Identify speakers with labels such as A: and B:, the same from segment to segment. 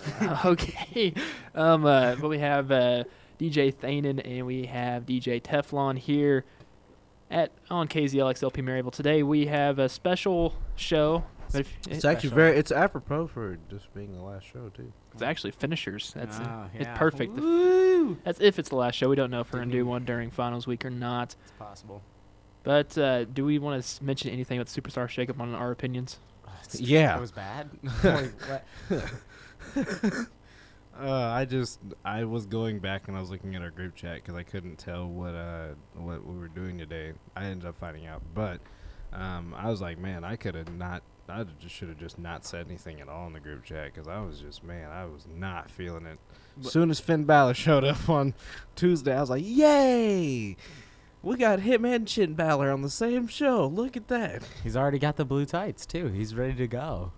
A: okay. Um, uh, but we have uh, DJ Thanen and we have DJ Teflon here at on KZLX LP Maryville. Today we have a special show. But if-
B: It's
A: it-
B: actually
C: special.
B: very. It's apropos for just being the last show too.
A: it's actually finishers. That's it.
C: Ah,
A: It's
C: yeah.
A: perfect. The-
C: Woo!
A: That's if it's the last show. We don't know if we're going to do
C: Didn't-
A: one during finals week or not.
C: It's possible.
A: But uh, do we want to mention anything about the Superstar Shakeup on our opinions?
B: Yeah.
C: It was bad.
D: Uh, I just I was going back and I was looking at our group chat because I couldn't tell what uh what we were doing today. I ended up finding out, but um, I was like, man, I could have not. I just should have just not said anything at all in the group chat because I was just man, I was not feeling it.
A: Wha-
D: As soon as Finn Balor showed up on Tuesday, I was like, yay! We got Hitman and Chin Balor on the same show. Look at that.
C: He's already got the blue tights too. He's ready to go.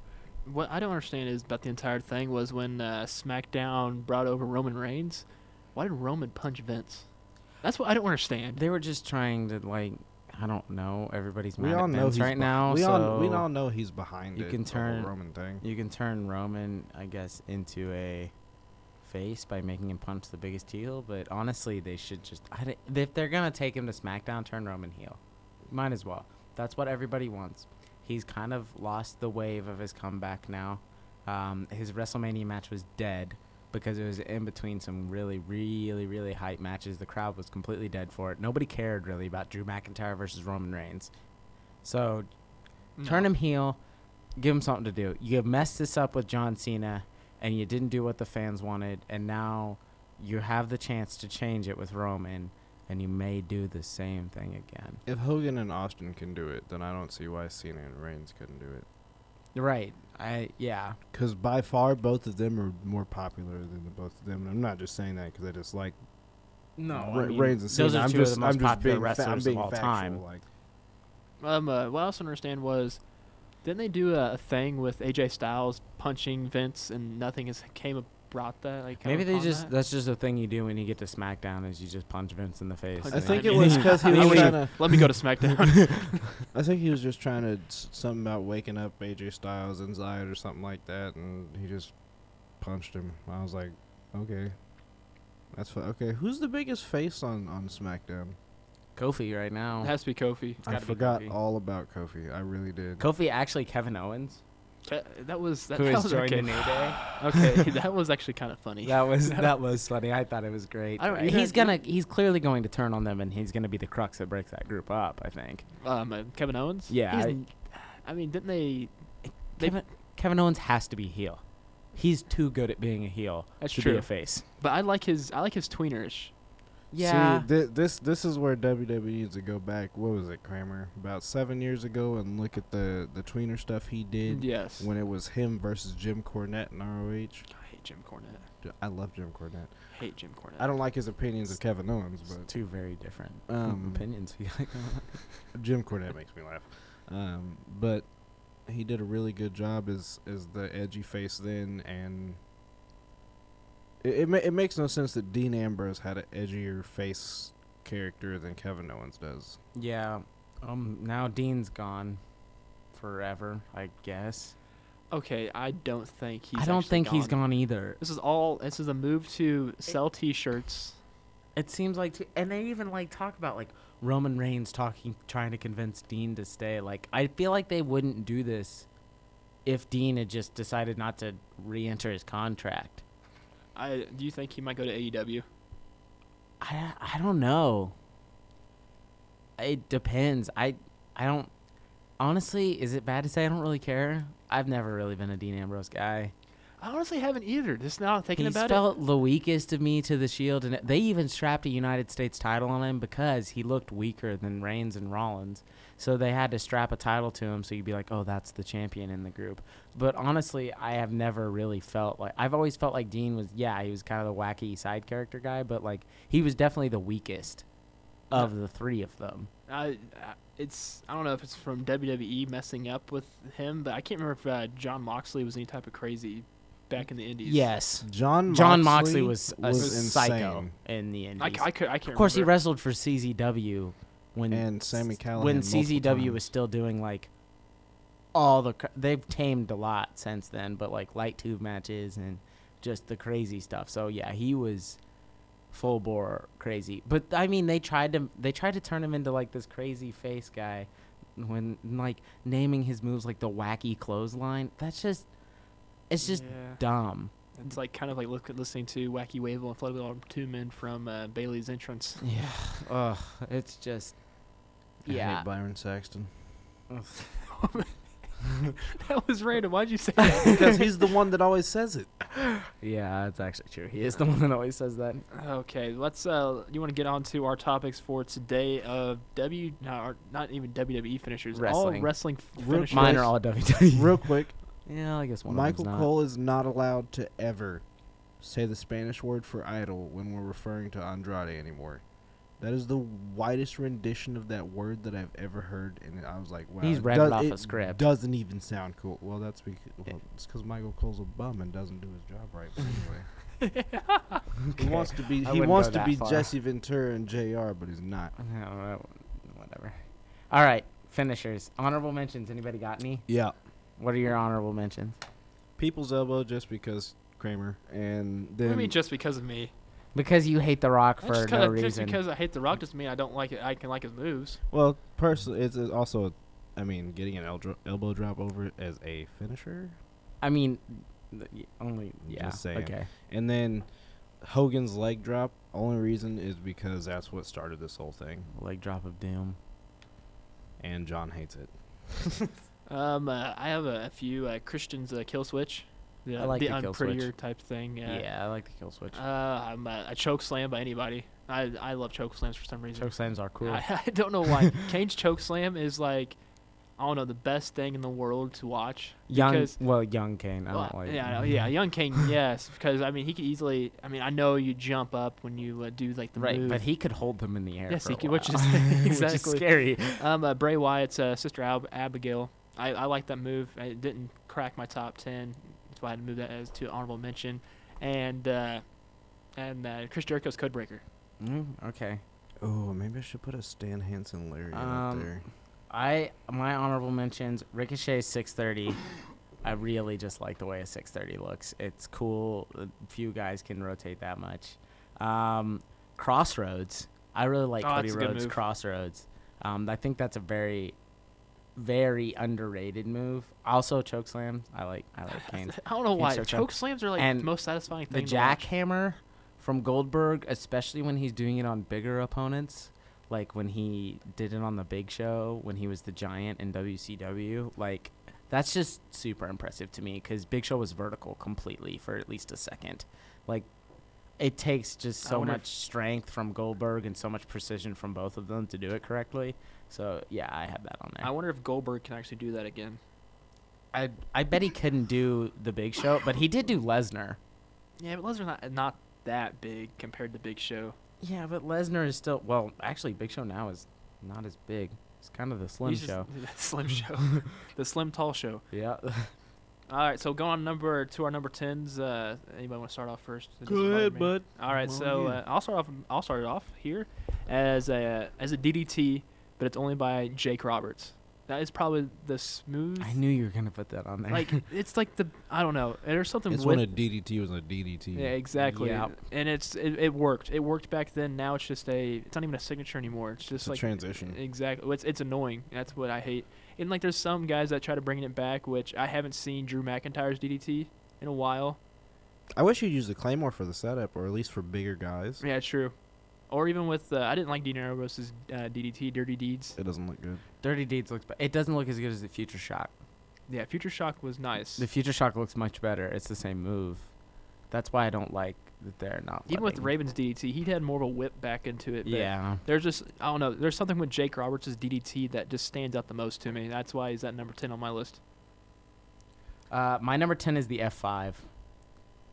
A: What I don't understand is about the entire thing was when uh, SmackDown brought over Roman Reigns. Why did Roman punch Vince? That's what I don't understand.
C: They were just trying to like, I don't know. Everybody's
D: We
C: mad
D: all
C: at
D: know
C: Vince
D: he's
C: right
D: beh-
C: now.
D: we
C: so
D: all we all know he's behind
C: you
D: it,
C: can
D: the whole
C: turn-
D: Roman thing.
C: You can turn Roman, I guess, into a face by making him punch the biggest heel. But honestly, they should just. I di- if they're gonna take him to SmackDown, turn Roman heel. Might as well. That's what everybody wants. He's kind of lost the wave of his comeback now. Um, his WrestleMania match was dead because it was in between some really, really, really hype matches. The crowd was completely dead for it. Nobody cared really about Drew McIntyre versus Roman Reigns. So Turn him heel. Give him something to do. You have messed this up with John Cena, and you didn't do what the fans wanted, and now you have the chance to change it with Roman, and you may do the same thing again.
D: If Hogan and Austin can do it, then I don't see why Cena and Reigns couldn't do it.
C: Right. I yeah.
D: Because by far, both of them are more popular than the both of them. And I'm not just saying that because I just like
C: No.
D: Re- Reigns and Cena.
C: those are
D: I'm
C: two
D: just,
C: of the most
D: I'm just
C: popular
D: being fa- I'm
C: wrestlers
D: being
C: of all
D: factual,
C: time.
D: Like,
A: Um, uh, what I also understand was, didn't they do a, a thing with AJ Styles punching Vince and nothing has came about that? Like came
C: Maybe they
A: upon
C: just
A: that?
C: that's just a thing you do when you get to SmackDown is you just punch Vince in the face.
A: Punch
D: I
C: and
A: him.
D: think
C: then-
D: it was because he
A: I
D: was
A: wish-
D: trying to.
A: let me go to SmackDown.
D: I think he was just trying to s- something about waking up AJ Styles inside or something like that, and he just punched him. I was like, okay, that's fu- okay. Who's the biggest face on on SmackDown?
C: Kofi right now.
A: it has to be Kofi.
D: I
C: gotta be
D: forgot
C: Kofi.
D: all about Kofi. I really did.
C: Kofi actually Kevin Owens,
A: Ca- That was that,
C: who
A: that
C: has
A: was
C: joined
A: okay.
C: the New Day.
A: okay, that was actually kind of funny.
C: That was that was funny. I thought it was great.
A: I don't-
C: Right.
A: you
C: he's
A: don't-
C: gonna he's clearly going to turn on them, and he's gonna be the crux that breaks that group up. I think.
A: um, uh, Kevin Owens.
C: Yeah,
A: He's
C: I-
A: n- I, mean, didn't they? They-
C: Kevin Kevin Owens has to be heel. He's too good at being a heel
A: That's
C: to be
A: true.
C: a face.
A: But I like his I like his tweenerish.
C: Yeah.
D: See, thi- this this is where WWE needs to go back. What was it, Kramer? About seven years ago, and look at the the tweener stuff he did
A: Mm, Yes.
D: when it was him versus Jim Cornette in ROH.
A: I hate Jim Cornette.
D: J- I love Jim Cornette.
A: I hate Jim Cornette.
D: I don't like his opinions of Kevin Owens,
C: It's
D: but
C: two very different mm,
D: Um,
C: opinions.
D: Jim Cornette makes me laugh. Um, but he did a really good job as as the edgy face then, and it it, ma- it makes no sense that Dean Ambrose had an edgier face character than Kevin Owens does.
C: yeah. Um. Now Dean's gone, forever. I guess.
A: Okay, I don't think he's.
C: I don't
A: actually
C: think he's
A: gone.
C: gone either.
A: This is all. This is a move to sell T-shirts.
C: It seems like, t- and they even like talk about like Roman Reigns talking, trying to convince Dean to stay. Like, I feel like they wouldn't do this if Dean had just decided not to re-enter his contract.
A: I do you think he might go to E AEW?
C: I, I don't know. It depends. I I don't honestly. Is it bad to say I don't really care? I've never really been a Dean Ambrose guy.
A: I honestly haven't either. Just now thinking
C: He's
A: about
C: felt the weakest of me to the Shield, and they even strapped a United States title on him because he looked weaker than Reigns and Rollins. So they had to strap a title to him, so you'd be like, "Oh, that's the champion in the group." But honestly, I have never really felt like I've always felt like Dean was, yeah, he was kind of the wacky side character guy, but like he was definitely the weakest of the three of them.
A: it. I, I it's I don't know if it's from WWE messing up with him, but I can't remember if uh, John Moxley was any type of crazy back in the Indies.
C: Yes,
D: John Moxley
C: John Moxley was a
D: was
C: psycho
D: insane.
C: in the end.
A: I, c- I could. I can't.
C: Of course, he
A: remember.
C: wrestled for CZW when
D: and Sammy
C: s-
D: Callahan
C: when
D: multiple
C: CZW was
D: times.
C: still doing like all the cr- they've tamed a lot since then, but like light tube matches and just the crazy stuff. So yeah, he was full bore crazy. But I mean, they tried to they tried to turn him into like this crazy face guy when like naming his moves like the wacky clothesline. That's just it's just
A: Yeah.
C: dumb.
A: It's like kind of like look, listening to Wacky Wavell and Floating Arm Two Men from uh, Bailey's Entrance.
C: Yeah. Ugh. It's just. Yeah.
D: Byron Saxton.
A: that was random. Why'd you say that?
D: because he's the one that always says it.
C: Yeah, that's actually true. He is the one that always says that.
A: okay, let's. Uh, you want to get on to our topics for today of W, not, our- not even WWE finishers, all
C: Wrestling.
A: wrestling f-
D: Real-
A: finishers.
C: Mine are all WWE.
D: Real quick,
C: yeah, I guess one.
D: Michael
C: of them's
D: Cole is not allowed to ever say the Spanish word for idol when we're referring to Andrade anymore. That is the widest rendition of that word that I've ever heard, and I was like, wow.
C: He's
D: it
C: read it
D: does-
C: off a script.
D: Doesn't even sound cool. Well, that's because
C: Yeah.
D: well, it's 'cause Michael Cole's a bum and doesn't do his job right. But anyway, he wants to be
C: I
D: he
C: wouldn't
D: wants
C: go
D: to
C: that
D: be
C: far.
D: Jesse Ventura and Jr., but he's not.
C: Not. No, whatever. All right, finishers. Honorable mentions. Anybody got any?
D: Yeah,
C: What are your honorable mentions?
E: People's elbow just because Kramer.
D: and
A: What do
D: then
A: you mean just because of me?
C: Because you hate The Rock
A: I
C: for
A: just,
C: no
A: kinda, just
C: reason.
A: because I hate The Rock doesn't mean I don't like it. I can like his moves.
E: Well, personally, it's uh, also, I mean, getting an eldro- elbow drop over it as a finisher.
C: I mean, th- y- only yeah.
E: Just saying.
C: Okay.
E: And then Hogan's leg drop. Only reason is because that's what started this whole thing,
C: Leg drop of doom.
E: and John hates it.
A: Um, uh, I have a, a few uh, Christian's uh, kill switch, the,
C: I like
A: the
C: the kill switch.
A: unprettier type thing. Uh,
C: Yeah. I like the kill switch.
A: Uh, I'm uh, a choke slam by anybody. I I love choke slams for some reason.
C: Choke slams are cool.
A: I, I don't know why. Kane's choke slam is like, I don't know, the best thing in the world to watch.
C: young,
A: because-
C: well, young Kane. I
A: Well,
C: don't like.
A: yeah, I know, yeah, young Kane, yes, because I mean he could easily. I mean I know you jump up when you uh, do like the
C: Right,
A: move.
C: but he could hold them in the air.
A: Yes,
C: for
A: he
C: a
A: could, which
C: while.
A: is- exactly.
C: which is scary.
A: um, uh, Bray Wyatt's uh, sister Ab- Abigail. I, I like that move. Uh, It didn't crack my top ten, so I had to move that as to honorable mention. And uh, and uh, Chris Jericho's Codebreaker.
C: Mm, okay.
D: oh maybe I should put a Stan Hansen Larry out
C: Um,
D: there.
C: I my honorable mentions Ricochet 630. I really just like the way a 630 looks. It's cool. A Few guys can rotate that much. Um, Crossroads. I really like
A: Oh,
C: Cody
A: that's a good
C: Rhodes
A: move.
C: Crossroads. Um, I think that's a very very underrated move. Also chokeslam. I like I like Kane's.
A: I don't know why
C: choke slam.
A: choke slams are like
C: And
A: the most satisfying
C: the
A: thing. to watch.
C: jackhammer from Goldberg, especially when he's doing it on bigger opponents, like when he did it on the Big Show when he was the Giant in WCW, like that's just super impressive to me because Big Show was vertical completely for at least a second. Like it takes just
A: I
C: so
A: wonder
C: much
A: if-
C: strength from Goldberg and so much precision from both of them to do it correctly. So yeah, I have that on there.
A: I wonder if Goldberg can actually do that again.
C: I I bet he couldn't do the Big Show, but he did do Lesnar.
A: Yeah, but Lesnar's not not that big compared to Big Show.
C: Yeah, but Lesnar is still well. Actually, Big Show now is not as big. It's kind of the slim
A: He's just-
C: show.
A: Slim Show, the Slim Tall Show.
C: Yeah.
A: All right, so going on number to our number tens. Uh, anybody want to start off first? It
D: Go
A: doesn't bother
D: ahead,
A: me.
D: bud.
A: All right,
D: Well,
A: so
D: yeah.
A: uh, I'll start off. I'll start it off here as a as a DDT, but it's only by Jake Roberts. That is probably the smooth.
C: I knew you were gonna put that on there.
A: Like it's like the I don't know. There's something
E: It's
A: with
E: when a DDT was a DDT.
A: Yeah, exactly.
C: Yeah.
A: And it's it, it worked. It worked back then. Now it's just a. It's not even a signature anymore. It's just
E: a
A: like
E: transition.
A: Exactly. It's it's annoying. That's what I hate. And like, there's some guys that try to bring it back, which I haven't seen Drew McIntyre's DDT in a while.
D: I wish you'd use the claymore for the setup, or at least for bigger guys.
A: Yeah, true. Or even with uh, I didn't like Dean Ambrose's uh, DDT, Dirty Deeds.
D: It doesn't look good.
C: Dirty Deeds looks, but it doesn't look as good as the Future Shock.
A: Yeah, Future Shock was nice.
C: The Future Shock looks much better. It's the same move. That's why I don't like that they're not.
A: even with
C: letting-
A: Raven's DDT, he had more of a whip back into it. but
C: Yeah.
A: There's just I don't know. There's something with Jake Roberts' DDT that just stands out the most to me. That's why he's at number ten on my list.
C: Uh, my number ten is the F five.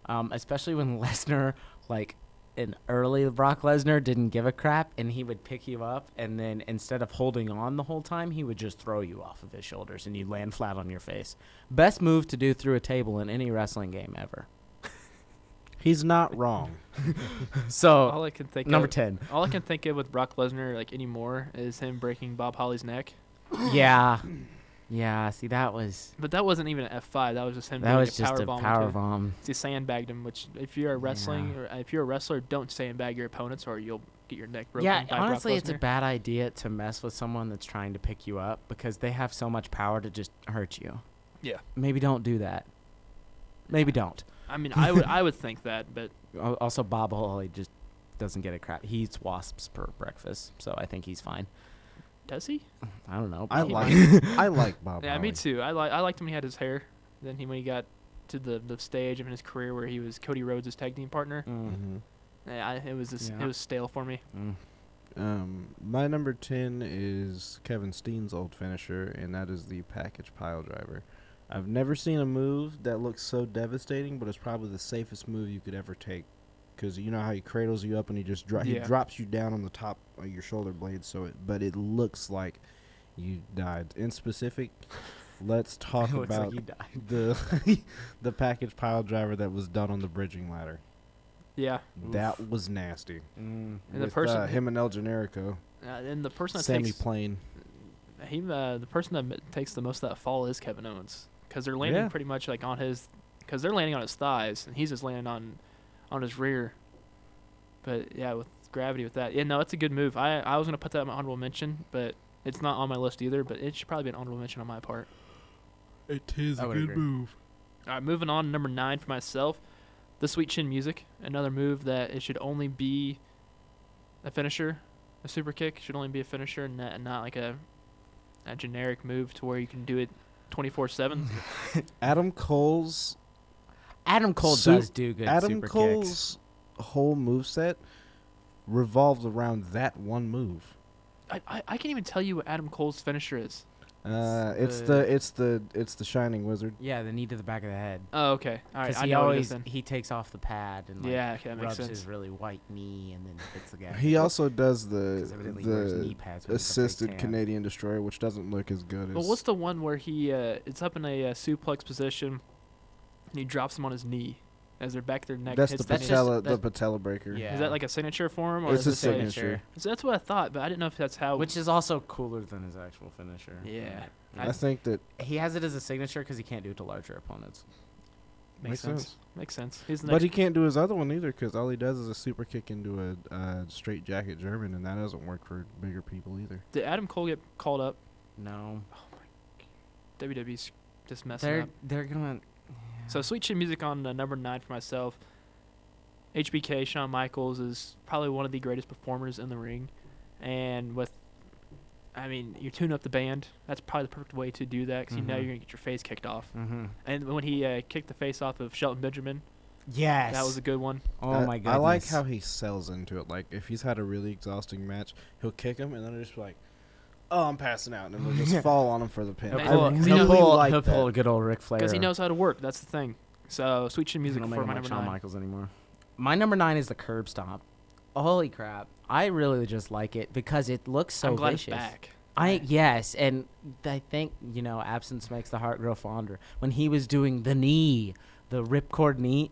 C: Um, especially when Lesnar, like an early Brock Lesnar, didn't give a crap and he would pick you up and then instead of holding on the whole time, he would just throw you off of his shoulders and you land flat on your face. Best move to do through a table in any wrestling game ever.
E: He's not wrong.
C: So
A: All I can think
C: number
A: of,
C: ten.
A: all I can think of with Brock Lesnar like anymore is him breaking Bob Holly's neck.
C: yeah. Yeah, see that was
A: But that wasn't even an F five. That was just him
C: that
A: doing
C: was
A: a
C: just
A: power
C: a
A: bomb.
C: power
A: into-
C: bomb.
A: He sandbagged him, which if you're a wrestling or if you're a wrestler, don't sandbag your opponents or you'll get your neck broken.
C: Yeah,
A: by Brock
C: honestly, it's a
A: Lesnar.
C: bad idea to mess with someone that's trying to pick you up because they have so much power to just hurt you.
A: Yeah.
C: Maybe don't do that. Maybe don't.
A: I mean, I would I would think that, but
C: Al- Also, Bob Holly just doesn't get a crap. He eats wasps for breakfast, so I think he's fine.
A: does he?
C: I don't know.
D: I
C: but-
D: like I like Bob.
A: Yeah, me
D: Holly.
A: too. I like I liked when he had his hair. Then he when he got to the the stage of his career where he was Cody Rhodes' tag team partner.
C: Mm,
D: Mhm.
A: Yeah, I, it was this,
C: Yeah.
A: it was stale for me.
C: mm.
D: Mm-hmm. Um, my number 10 is Kevin Steen's old finisher, and that is the package pile driver. I've never seen a move that looks so devastating, but it's probably the safest move you could ever take. Because you know how he cradles you up and he just dro- he
A: Yeah.
D: drops you down on the top of your shoulder blade, so it, but it looks like you died. In specific, let's talk
C: It looks like
D: about
C: he died.
D: the the package pile driver that was done on the bridging ladder.
A: Yeah,
D: That was nasty.
C: Mm.
A: and the
D: With,
A: person
D: uh, him and El Generico,
A: uh, and the person that
D: Sammy
A: takes
D: Plain.
A: he uh, the person that m- takes the most of that fall is Kevin Owens because they're landing
D: Yeah.
A: pretty much like on his because they're landing on his thighs and he's just landing on on his rear. But yeah, with gravity with that, yeah, no, it's a good move. I I was gonna put that in my honorable mention, but it's not on my list either. But it should probably be an honorable mention on my part.
E: It is
C: I
E: a
C: would
E: good
C: agree.
E: move.
A: All right, moving on. Number nine for myself, the sweet chin music. Another move that it should only be a finisher, a super kick should only be a finisher, and not, not like a a generic move to where you can do it twenty four seven.
D: Adam Cole's
C: Adam Cole
D: Su-
C: does do good
D: Adam
C: super kicks.
D: Cole's whole moveset revolves around that one move.
A: I, I I can't even tell you what Adam Cole's finisher is.
D: Uh,
C: It's
D: it's the
C: the-
D: it's the it's the Shining Wizard.
C: Yeah, the knee to the back of the head.
A: Oh, okay. All right,
C: Because
A: I
C: he
A: know what it is
C: always
A: then.
C: he takes off the pad and like
A: yeah, okay, that makes
C: rubs
A: sense.
C: his really white knee and then hits the guy.
D: He also does
C: Because
D: the
C: evidently he wears knee
D: the
C: pads when he's a fake
D: assisted
C: tan.
D: Canadian destroyer, which doesn't look as good
A: But
D: as.
A: what's the one where he uh, it's up in a uh, suplex position, and he drops him on his knee as their back their neck
D: that's the
A: hits
C: that's
A: knee?
C: just-
D: patella the
C: that's-
D: patella breaker.
C: Yeah.
A: Is that like a signature for him, or
D: It's
A: is
D: a
A: it a-
D: signature.
A: So that's what I thought, but I didn't know if that's how.
C: Oh, which is also cooler than his actual finisher.
A: Yeah.
C: I-
D: I think that
C: he has it as a signature because he can't do it to larger opponents.
A: makes, sense. Makes sense. He's the
D: But
A: next-
D: he can't do his other one either because all he does is a super kick into a uh, straight jacket German, and that doesn't work for bigger people either.
A: did Adam Cole get called up?
C: No,
A: WWE's just messing
C: they're
A: up.
C: they're gonna.
A: So Sweet Chin Music on uh, number nine for myself. HBK Shawn Michaels is probably one of the greatest performers in the ring, and with, I mean, you tune up the band. That's probably the perfect way to do that because you know
C: Mhm.
D: Mm-hmm.
A: you're gonna get your face kicked off.
C: Mm-hmm.
A: And when he uh, kicked the face off of Shelton Benjamin,
C: Yes.
A: that was a good one.
C: oh
D: I-
C: my god.
D: I like how he sells into it. Like if he's had a really exhausting match, he'll kick him, and then he'll just be like, "Oh, I'm passing out," and then he'll just fall on him for the pin.
C: he'll
A: I
C: pull,
A: really
C: he'll pull,
D: like
C: he'll
D: that.
C: pull a good old Ric Flair.
A: Because he knows how to work. That's the thing. So Sweet Chin Music
C: don't
A: for
C: make
A: my
C: him like
A: number
C: Shawn
A: nine.
C: Michaels anymore. My number nine is the curb stomp. Holy crap! I really just like it because it looks so
A: I'm glad
C: vicious.
A: it's back.
C: I yes, and I think you know absence makes the heart grow fonder. When he was doing the knee, the ripcord knee,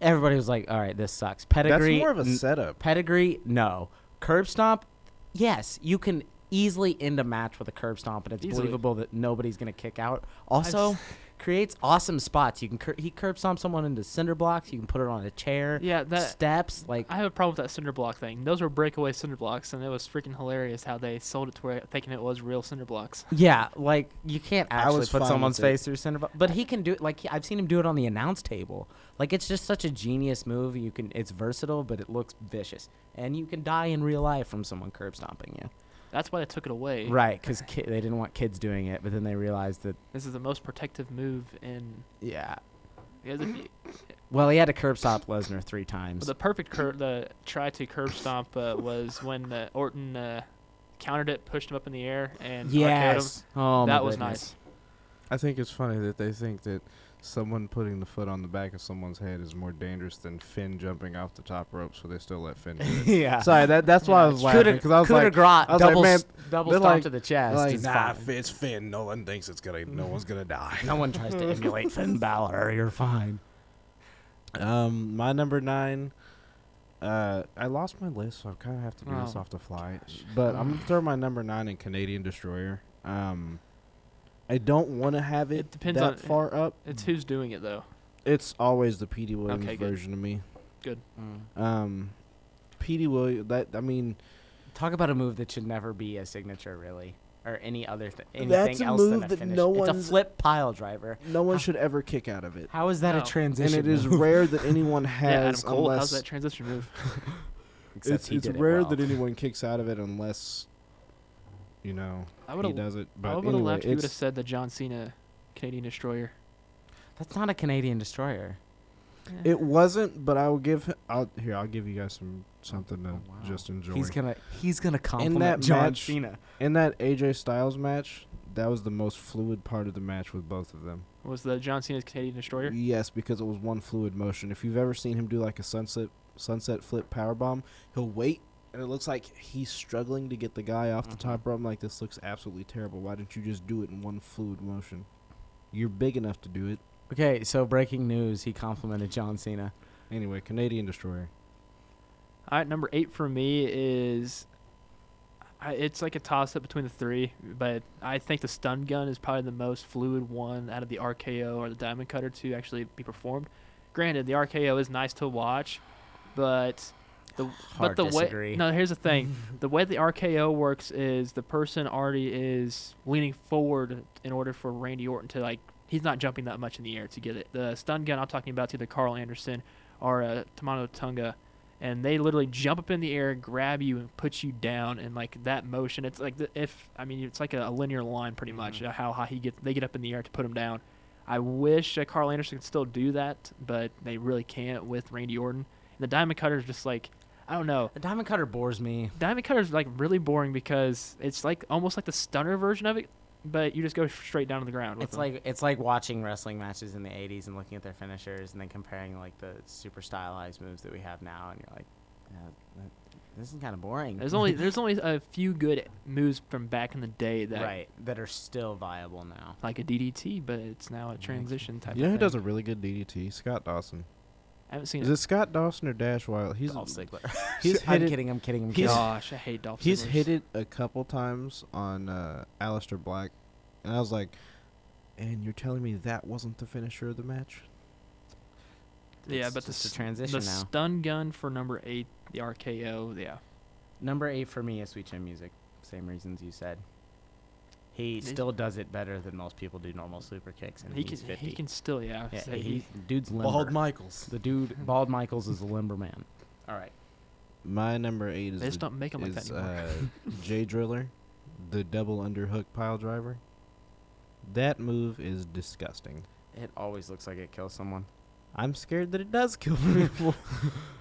C: everybody was like, "All right, this sucks."
D: That's
C: Pedigree,
D: more of a
C: n-
D: setup.
C: pedigree, no. Curb stomp, yes, you can easily end a match with a curb stomp, and it's
A: Easily.
C: believable that nobody's gonna kick out. Also, creates awesome spots. You can cur- he curb stomp someone into cinder blocks. You can put it on a chair,
A: Yeah, that
C: steps, like
A: I have a problem with that cinder block thing. Those were breakaway cinder blocks, and it was freaking hilarious how they sold it to where thinking it was real cinder blocks.
C: Yeah, like you can't
D: I
C: actually
D: was
C: put
D: fine
C: someone's
D: with it.
C: face through center, bu- but he can do it. Like he, I've seen him do it on the announce table. Like it's just such a genius move. You can, it's versatile, but it looks vicious, and you can die in real life from someone curb stomping you.
A: That's why they took it away.
C: Right, because ki- they didn't want kids doing it, but then they realized that
A: This is the most protective move in.
C: yeah.
A: Because if you,
C: Well, he had to curb stomp Lesnar three times.
A: the perfect cur- the try to curb stomp uh, was when uh, Orton uh, countered it, pushed him up in the air, and RKO'd him.
C: yes, oh my
A: that was
C: goodness.
E: I think it's funny that they think that someone putting the foot on the back of someone's head is more dangerous than Finn jumping off the top rope, so they still let Finn do it.
C: yeah.
D: Sorry, that that's why I
A: Yeah,
D: was
C: Coup
D: laughing
C: de-
D: because I was
C: coup de
D: like,
C: grace,
D: I was like,
C: double,
D: man,
C: s- double
D: they're
C: stomp
D: like-
C: to the chest.
D: like,
C: is
D: nah,
C: fine."
D: it's Finn. No one thinks it's gonna. No one's gonna die.
C: no one tries to emulate Finn Balor. You're fine.
D: Um, my number nine. Uh, I lost my list, so I kind of have to do this
A: Oh,
D: off the fly. But I'm gonna throw my number nine in Canadian Destroyer. Um, I don't want to have it,
A: It depends
D: that
A: on-
D: far up.
A: It's who's doing it though.
D: It's always the Petey Williams
A: Okay, good.
D: version of me.
C: Mm.
D: Um, Petey Williams. That I mean,
C: Talk about a move that should never be a signature, really, or any other th- anything
D: That's a
C: else
D: move
C: than a
D: that
C: finish.
D: no
C: it's a
D: one's-
C: flip pile driver.
D: no one
C: How-
D: should ever kick out of it,
C: How is that
A: No.
C: a transition?
D: and it is
C: move?
D: rare that anyone
A: yeah, Adam
D: has
A: Cole.
D: unless
A: How's that transition move?
C: Except
D: it's
C: he
D: it's
C: did it
D: rare
C: well.
D: that anyone kicks out of it unless
E: You know,
A: I would
E: he
A: have.
E: does it.
A: I
E: But
A: would have
E: anyway,
A: left. You would have
E: it's-
A: said the John Cena Canadian Destroyer.
C: That's not a Canadian destroyer.
D: it wasn't. But I will give.
E: I'll here. I'll give you guys some something to
C: Oh, wow.
E: just enjoy.
C: He's gonna he's gonna compliment
D: that
C: John
D: match-
C: Cena.
D: In that AJ
E: Styles match. That was the most fluid part of the match with both of them.
A: Was the John Cena's Canadian Destroyer?
D: Yes, because it was one fluid motion. If you've ever seen him do like a sunset sunset flip power bomb, he'll wait and it looks like he's struggling to get the guy off the
C: Mhm.
A: Mm-hmm.
D: top rope. I'm like, this looks absolutely terrible. Why didn't you just do it in one fluid motion? You're big enough to do it.
C: Okay, so breaking news: he complimented John Cena.
E: Anyway, Canadian Destroyer.
A: All right, number eight for me is. I, it's like a toss up between the three, but I think the stun gun is probably the most fluid one out of the RKO or the diamond cutter to actually be performed. Granted, the RKO is nice to watch, but the but
C: Hard
A: the way
C: disagree.
A: no here's the thing the way the RKO works is the person already is leaning forward in order for Randy Orton to like he's not jumping that much in the air to get it. The stun gun I'm talking about is either Carl Anderson or uh, Tamano Tunga, and they literally jump up in the air, grab you, and put you down in like that motion. It's like the, if I mean it's like a, a linear line pretty much uh, how high he get they get up in the air to put him down. I wish uh, Carl Anderson could still do that, but they really can't with Randy Orton. And the Diamond Cutter is just like I don't know.
C: The Diamond Cutter bores me.
A: Diamond Cutter is like really boring because it's like almost like the stunner version of it, but you just go straight down to the ground. With
C: It's
A: them.
C: like it's like watching wrestling matches in the '80s and looking at their finishers and then comparing like the super stylized moves that we have now, and you're like, yeah, that, this is kind of boring.
A: there's only there's only a few good moves from back in the day that
C: right that are still viable now.
A: like a DDT, but it's now a transition type.
E: You know
A: of
E: who
A: thing.
E: does a really good DDT? Scott Dawson.
A: I haven't seen
E: Is
A: it.
E: it Scott Dawson or Dash Wild? He's
C: Dolph Ziggler.
E: he's hit
C: I'm
E: it-
C: kidding. I'm kidding. I'm kidding.
E: he's-
A: Gosh, I hate Dolph.
E: He's
A: Ziggler's.
E: hit it a couple times on uh, Alistair Black, and I was like, "And you're telling me that wasn't the finisher of the match?"
A: Yeah,
C: It's
A: but the
C: just a
A: s-
C: transition
A: The
C: now.
A: stun gun for number eight, the RKO. Yeah,
C: Number eight for me is Sweet Chin Music. Same reasons you said. He
A: Is-
C: still does it better than most people do normal super kicks, and
A: he
C: he's
A: can
C: 50.
A: he can still yeah.
C: yeah,
A: say
C: he,
A: he-
C: dude's limber.
D: Michaels.
C: the dude, Bald Michaels, is a limber man. All right.
E: My number eight
A: they
E: is
A: just
E: the,
A: don't make him like that
E: is,
A: anymore.
E: uh, J Driller, the double underhook pile driver. That move is disgusting.
C: It always looks like it kills someone.
E: I'm scared that it does kill people.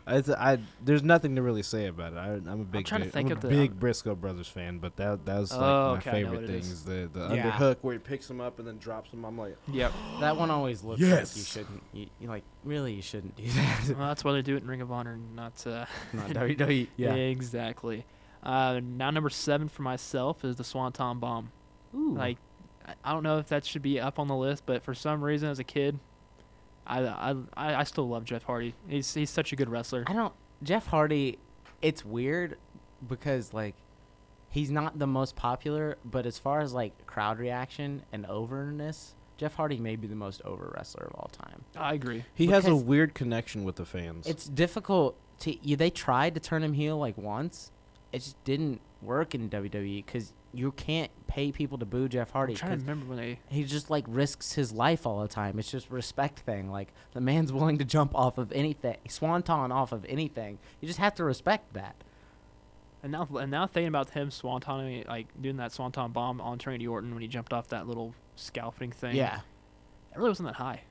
E: It's, I there's nothing to really say about it. I, I'm a big
A: trying to
E: Bri-
A: think
E: I'm
A: of
E: a
A: the-
E: big Briscoe Brothers fan, but that that was like
A: Oh,
E: my
A: okay, I know what
E: favorite
A: it
E: thing
A: is.
E: is the the
C: Yeah.
E: underhook where he picks him up and then drops him. I'm like,
A: yeah,
C: That one always looks like you
E: Yes.
C: shouldn't. You, you like really, you shouldn't do that.
A: well, that's why they do it in Ring of Honor, and not uh,
C: Not WWE. Yeah.
A: Exactly. Uh, now number seven for myself is the Swanton Bomb.
C: Ooh.
A: Like, I- I don't know if that should be up on the list, but for some reason, as a kid, I I I I still love Jeff Hardy. He's he's such a good wrestler.
C: I don't. Jeff Hardy, it's weird because like he's not the most popular, but as far as like crowd reaction and overness, Jeff Hardy may be the most over wrestler of all time.
A: I agree.
E: he has a
C: Because-
E: weird connection with the fans.
C: It's difficult to. You, they tried to turn him heel like once, it just didn't work in WWE because you can't pay people to boo Jeff Hardy.
A: I'm trying to
C: 'cause
A: remember when they.
C: he just like risks his life all the time. It's just respect thing. Like the man's willing to jump off of anything, swanton off of anything. You just have to respect that.
A: And now, and now thinking about him swantoning, like doing that swanton bomb on Randy Orton when he jumped off that little scalping thing.
C: Yeah.
A: it really wasn't that high.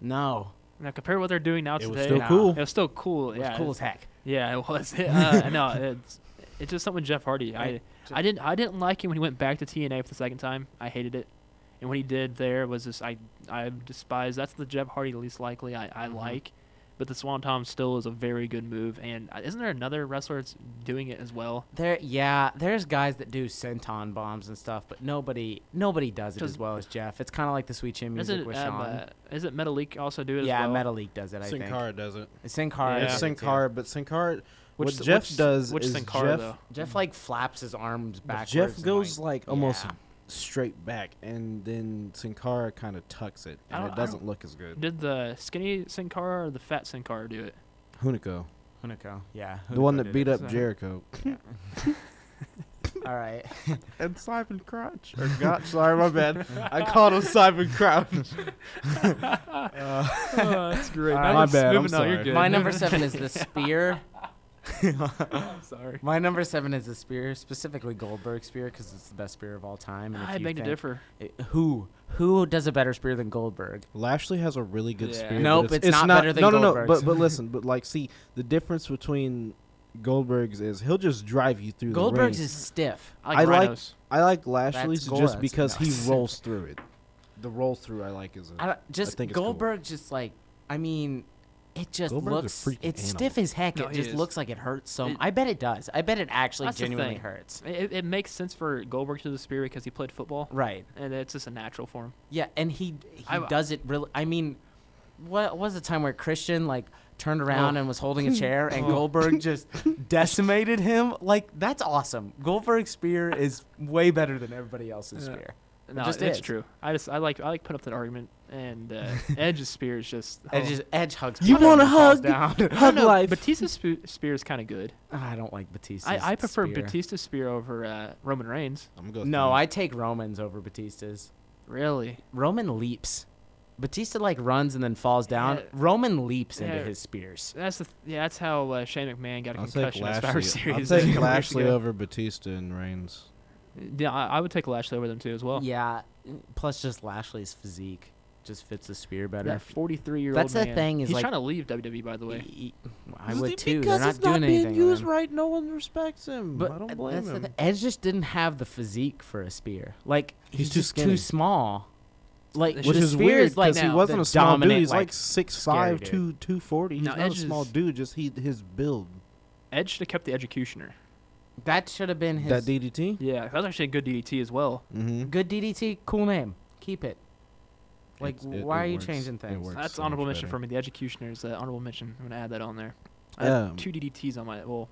C: No.
A: Now compare what they're doing now
E: It was
A: today.
E: still
C: Nah.
E: cool.
A: It was still cool.
C: It was
A: yeah,
C: cool as heck.
A: Yeah, it was. uh, no, it's it's just something with Jeff Hardy. I
C: Right.
A: I didn't I didn't like him when he went back to TNA for the second time. I hated it, and what he did there was just I I despise. That's the Jeff Hardy least likely I, I
C: Mhm.
A: like, but the Swan Tom still is a very good move. And uh, isn't there another wrestler that's doing it as well?
C: There, yeah, there's guys that do senton bombs and stuff, but nobody, nobody does it
A: Does-
C: as well as Jeff. It's kind of like the sweet chin music
A: Isn't
C: with
A: um,
C: Sean.
A: uh, isn't Metalik also do it
C: yeah,
A: as well?
C: Metal League does it. I
E: Sin
C: think.
E: Cara does it.
C: Sin Cara.
A: Yeah.
E: It's
C: does
E: Sin
C: it too.
E: Cara, but Sin Cara,
A: Which
E: what
A: s-
E: Jeff
A: which,
E: does
A: which
E: is
A: Sin Cara
E: Jeff
A: though?
C: Jeff like flaps his arms
E: But
C: backwards.
E: Jeff
C: and,
E: goes
C: like,
E: like, almost
C: yeah.
D: straight back, and then Sin Cara kind of tucks it,
A: I
D: and
A: don't-
D: it
A: I
D: doesn't look as good.
A: Did the skinny Sin Cara or the fat Sin Cara do it?
D: Hunico,
C: Hunico, yeah.
D: the one
C: Hunico
D: that
C: did
D: beat
C: it.
D: up
A: so-
D: Jericho,
C: All right.
D: and Simon Crotch or Gotch. sorry, my bad. I called him Simon Crouch. Uh,
A: oh, that's great.
C: All
A: No,
C: right. My
A: it's
D: bad, I'm
A: moving on, You're
D: sorry.
A: good.
C: My number seven is the spear.
A: I'm sorry.
C: My number seven is the spear, specifically Goldberg spear, because it's the best spear of all time. and if
A: I
C: you
A: beg to
C: think-
A: differ.
C: it- who who does a better spear than Goldberg?
D: Lashley has a really good
A: Yeah.
D: spear. but
C: Nope, it's not better than
D: no, no, no.
C: Goldberg's.
D: But but listen, but like, see the difference between Goldberg's is he'll just drive you through.
C: Goldberg's
D: the ring.
C: is stiff.
A: I like
D: I like-
A: rhinos.
D: I like Lashley's
C: That's
D: just
C: Goldberg's.
D: because he
C: No.
D: rolls through it. The roll through I like is.
C: I
D: A,
C: don't- just
D: think it's cool.
C: Goldberg just like I mean, it just
D: Goldberg's a
C: looks
D: freaking
C: it's
D: animal.
C: stiff as heck.
A: No,
C: it
A: he
C: just
A: is.
C: looks like it hurts so.
A: It-
C: I bet it does. I bet it actually
A: That's the
C: genuinely
A: thing.
C: hurts.
A: It, it makes sense for Goldberg to the spear because he played football,
C: Right.
A: and it's just a natural for him.
C: Yeah, and he he
A: I-
C: does it really. I mean, what was the time where Christian like turned around
A: Oh.
C: and was holding a chair, and
A: Oh.
C: Goldberg just decimated him? Like that's awesome. Goldberg's spear is way better than everybody else's
A: Yeah.
C: spear.
A: No,
C: just
A: it's
C: is.
A: true. I just I like I like put up that argument, and uh, Edge's spear is just.
C: Edge
A: oh.
C: is Edge hugs.
D: You
C: people
D: wanna
C: and falls
D: hug?
C: Down.
A: I don't
D: Hug
A: know,
D: life.
A: Batista's spe- spear is kind of good.
C: I don't like Batista.
A: I, I prefer
C: spear.
A: Batista's spear over uh, Roman Reigns.
D: I'm gonna go.
C: No,
D: through.
C: I take Roman's over Batista's.
A: Really?
C: Roman leaps. Batista like runs and then falls down.
A: Yeah.
C: Roman leaps into
A: Yeah.
C: his spears.
A: That's the th- yeah. That's how uh, Shane McMahon got a
D: I'll take
A: concussion in his Survivor
D: Lashley. I'll
A: Series. a
D: take
A: couple years
D: Lashley
A: ago.
D: over Batista and Reigns.
A: Yeah, I, I would take Lashley over them too as well.
C: Yeah. Plus, just Lashley's physique just fits the spear better.
A: That 43 year old.
C: That's the
A: man.
C: thing is,
A: he's
C: like-
A: trying to leave WWE by the way.
C: E- e- I would too. They're not doing
D: being
C: anything. with
D: used
C: him.
D: right. No one respects him.
C: But
D: I don't
C: th-
D: blame
C: that's the
D: him.
C: thi- Edge just didn't have the physique for a spear. Like he's,
D: He's too
C: just
D: skinny.
C: too small. Like
A: Which
D: Which
C: the
D: is
C: spear
D: weird
C: is like
D: he
C: now
D: wasn't
C: the
D: a small dude.
C: dominant,
D: He's like
C: like,
D: six five,
C: dude.
D: two two forty. He's
A: No,
D: not a
A: Edge
D: small
A: is-
D: dude. Just he his build.
A: Edge should have kept the executioner.
C: that should have been his
D: That DDT.
A: Yeah, that was actually a good DDT as well.
D: Mm-hmm.
C: good DDT. Cool name. Keep it. Like, why are you changing things?
A: That's honorable mention for me. The executioner is uh, honorable mention. I'm gonna add that on there. I
D: Um,
A: have two DDTs on my well,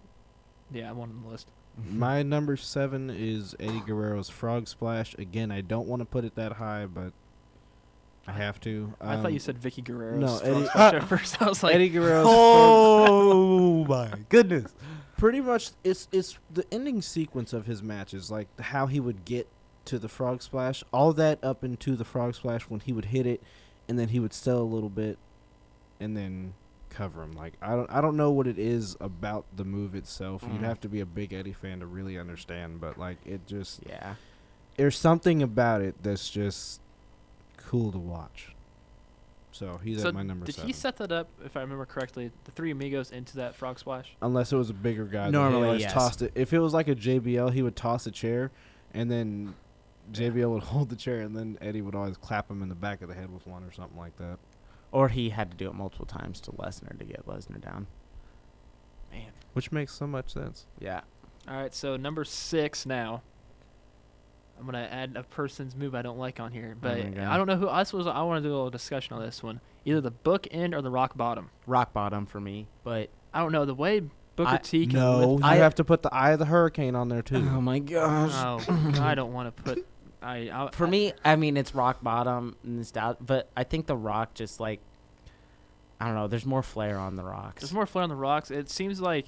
A: yeah, one on the list.
D: My number seven is Eddie Guerrero's Frog Splash. Again, I don't want to put it that high, but I have to.
A: I thought
D: Um,
A: you said Vicky Guerrero.
D: no, Eddie-
A: at first. I was like,
D: Eddie Guerrero's.
C: Oh my goodness!
D: pretty much, it's it's the ending sequence of his matches, like how he would get to the Frog Splash, all that up into the Frog Splash when he would hit it, and then he would sell a little bit, and then cover him. Like I don't I don't know what it is about the move itself.
C: Mhm.
D: You'd
A: Mm.
D: have to be a big Eddie fan to really understand, but like it just
C: Yeah.
D: there's something about it that's just cool to watch. So he's
A: So
D: at my number
A: did
D: seven.
A: he set that up? If I remember correctly, the three amigos into that frog splash.
D: Unless it was a bigger guy, normally
C: Normally,
D: he always
C: yes.
D: tossed it. If it was like a JBL, he would toss a chair, and then JBL would hold the chair, and then Eddie would always clap him in the back of the head with one or something like that.
C: Or he had to do it multiple times to Lesnar to get Lesnar down.
A: Man.
D: Which makes so much sense.
C: Yeah.
A: All right, so number six now. I'm gonna add a person's move I don't like on here, but
C: my God.
A: I don't know who. I was. I want to do a little discussion on this one. Either the book end or the rock bottom.
C: Rock bottom for me, but
A: I don't know the way Booker
C: I-
A: T can
D: no,
A: lift
D: you
C: I-
D: have to put the eye of the hurricane on there too.
C: oh my gosh.
A: Oh, I don't want to put. I, I
C: For
A: I-
C: me, I mean, it's rock bottom and it's down, but I think the rock just like, I don't know. There's more flair on the rocks.
A: there's more flair on the rocks. It seems like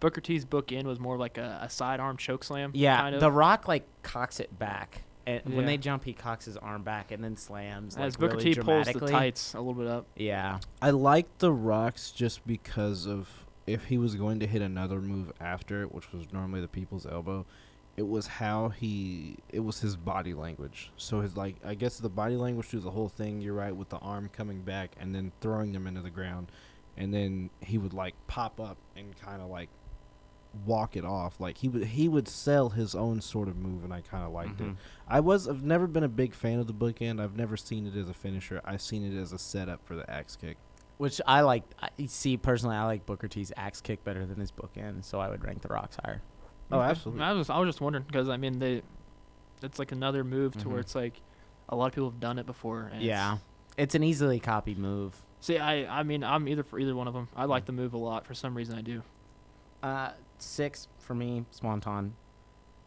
A: Booker T's book end was more like a, a sidearm choke slam.
C: yeah,
A: kind of.
C: the rock like cocks it back, and when
A: Yeah.
C: they jump, he cocks his arm back and then slams.
A: as
C: like,
A: Booker
C: really
A: T pulls the
C: dramatically.
A: tights a little bit up.
C: Yeah,
D: I like the rocks just because of if he was going to hit another move after it, which was normally the people's elbow, it was how he it was his body language. So his like I guess the body language through the whole thing, you're right, with the arm coming back and then throwing them into the ground and then he would like pop up and kinda like walk it off. Like he would he would sell his own sort of move and I kinda liked it.
C: Mhm.
D: I was I've never been a big fan of the bookend. I've never seen it as a finisher. I've seen it as a setup for the axe kick.
C: Which I like. I, see, personally, I like Booker T's axe kick better than his bookend, so I would rank the rocks higher.
D: Oh,
A: Okay.
D: absolutely.
A: I was I was just wondering because I mean they, it's like another move to where
C: Mhm.
A: it's like a lot of people have done it before. And it's-
C: Yeah, it's an easily copied move.
A: See, I I mean I'm either for either one of them. I like the move a lot for some reason. I do.
C: Uh, six for me, Swanton.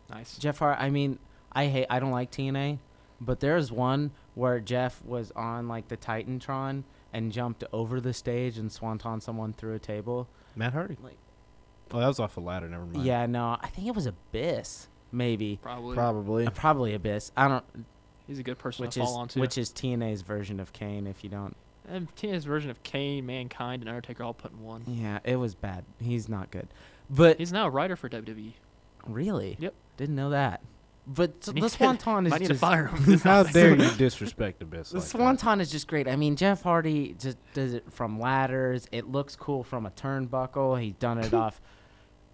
A: Nice.
C: Jeff Hart. I mean, I hate. I don't like TNA, but there's one where Jeff was on like the Titantron and jumped over the stage and swanton someone through a table.
D: Matt Hardy.
C: Like,
D: Oh, that was off a ladder. Never mind.
C: yeah, no, I think it was Abyss, maybe.
A: Probably.
F: Probably.
C: Uh, probably Abyss. I don't.
A: He's a good person
C: Which
A: to fall
C: is
A: onto.
C: which is TNA's version of Kane. If you don't,
A: and Tina's version of Kane, Mankind, and Undertaker all put in one.
C: yeah, it was bad. He's not good. But
A: He's now a writer for E. WWE.
C: really,
A: Yep.
C: didn't know that. But
A: Need-
C: the swanton is
A: Might need to
C: just
A: fire him.
D: How dare you disrespect Abyss?
C: The
D: like that.
C: swanton is just great. I mean, Jeff Hardy just does it from ladders. It looks cool from a turnbuckle. He's done it off.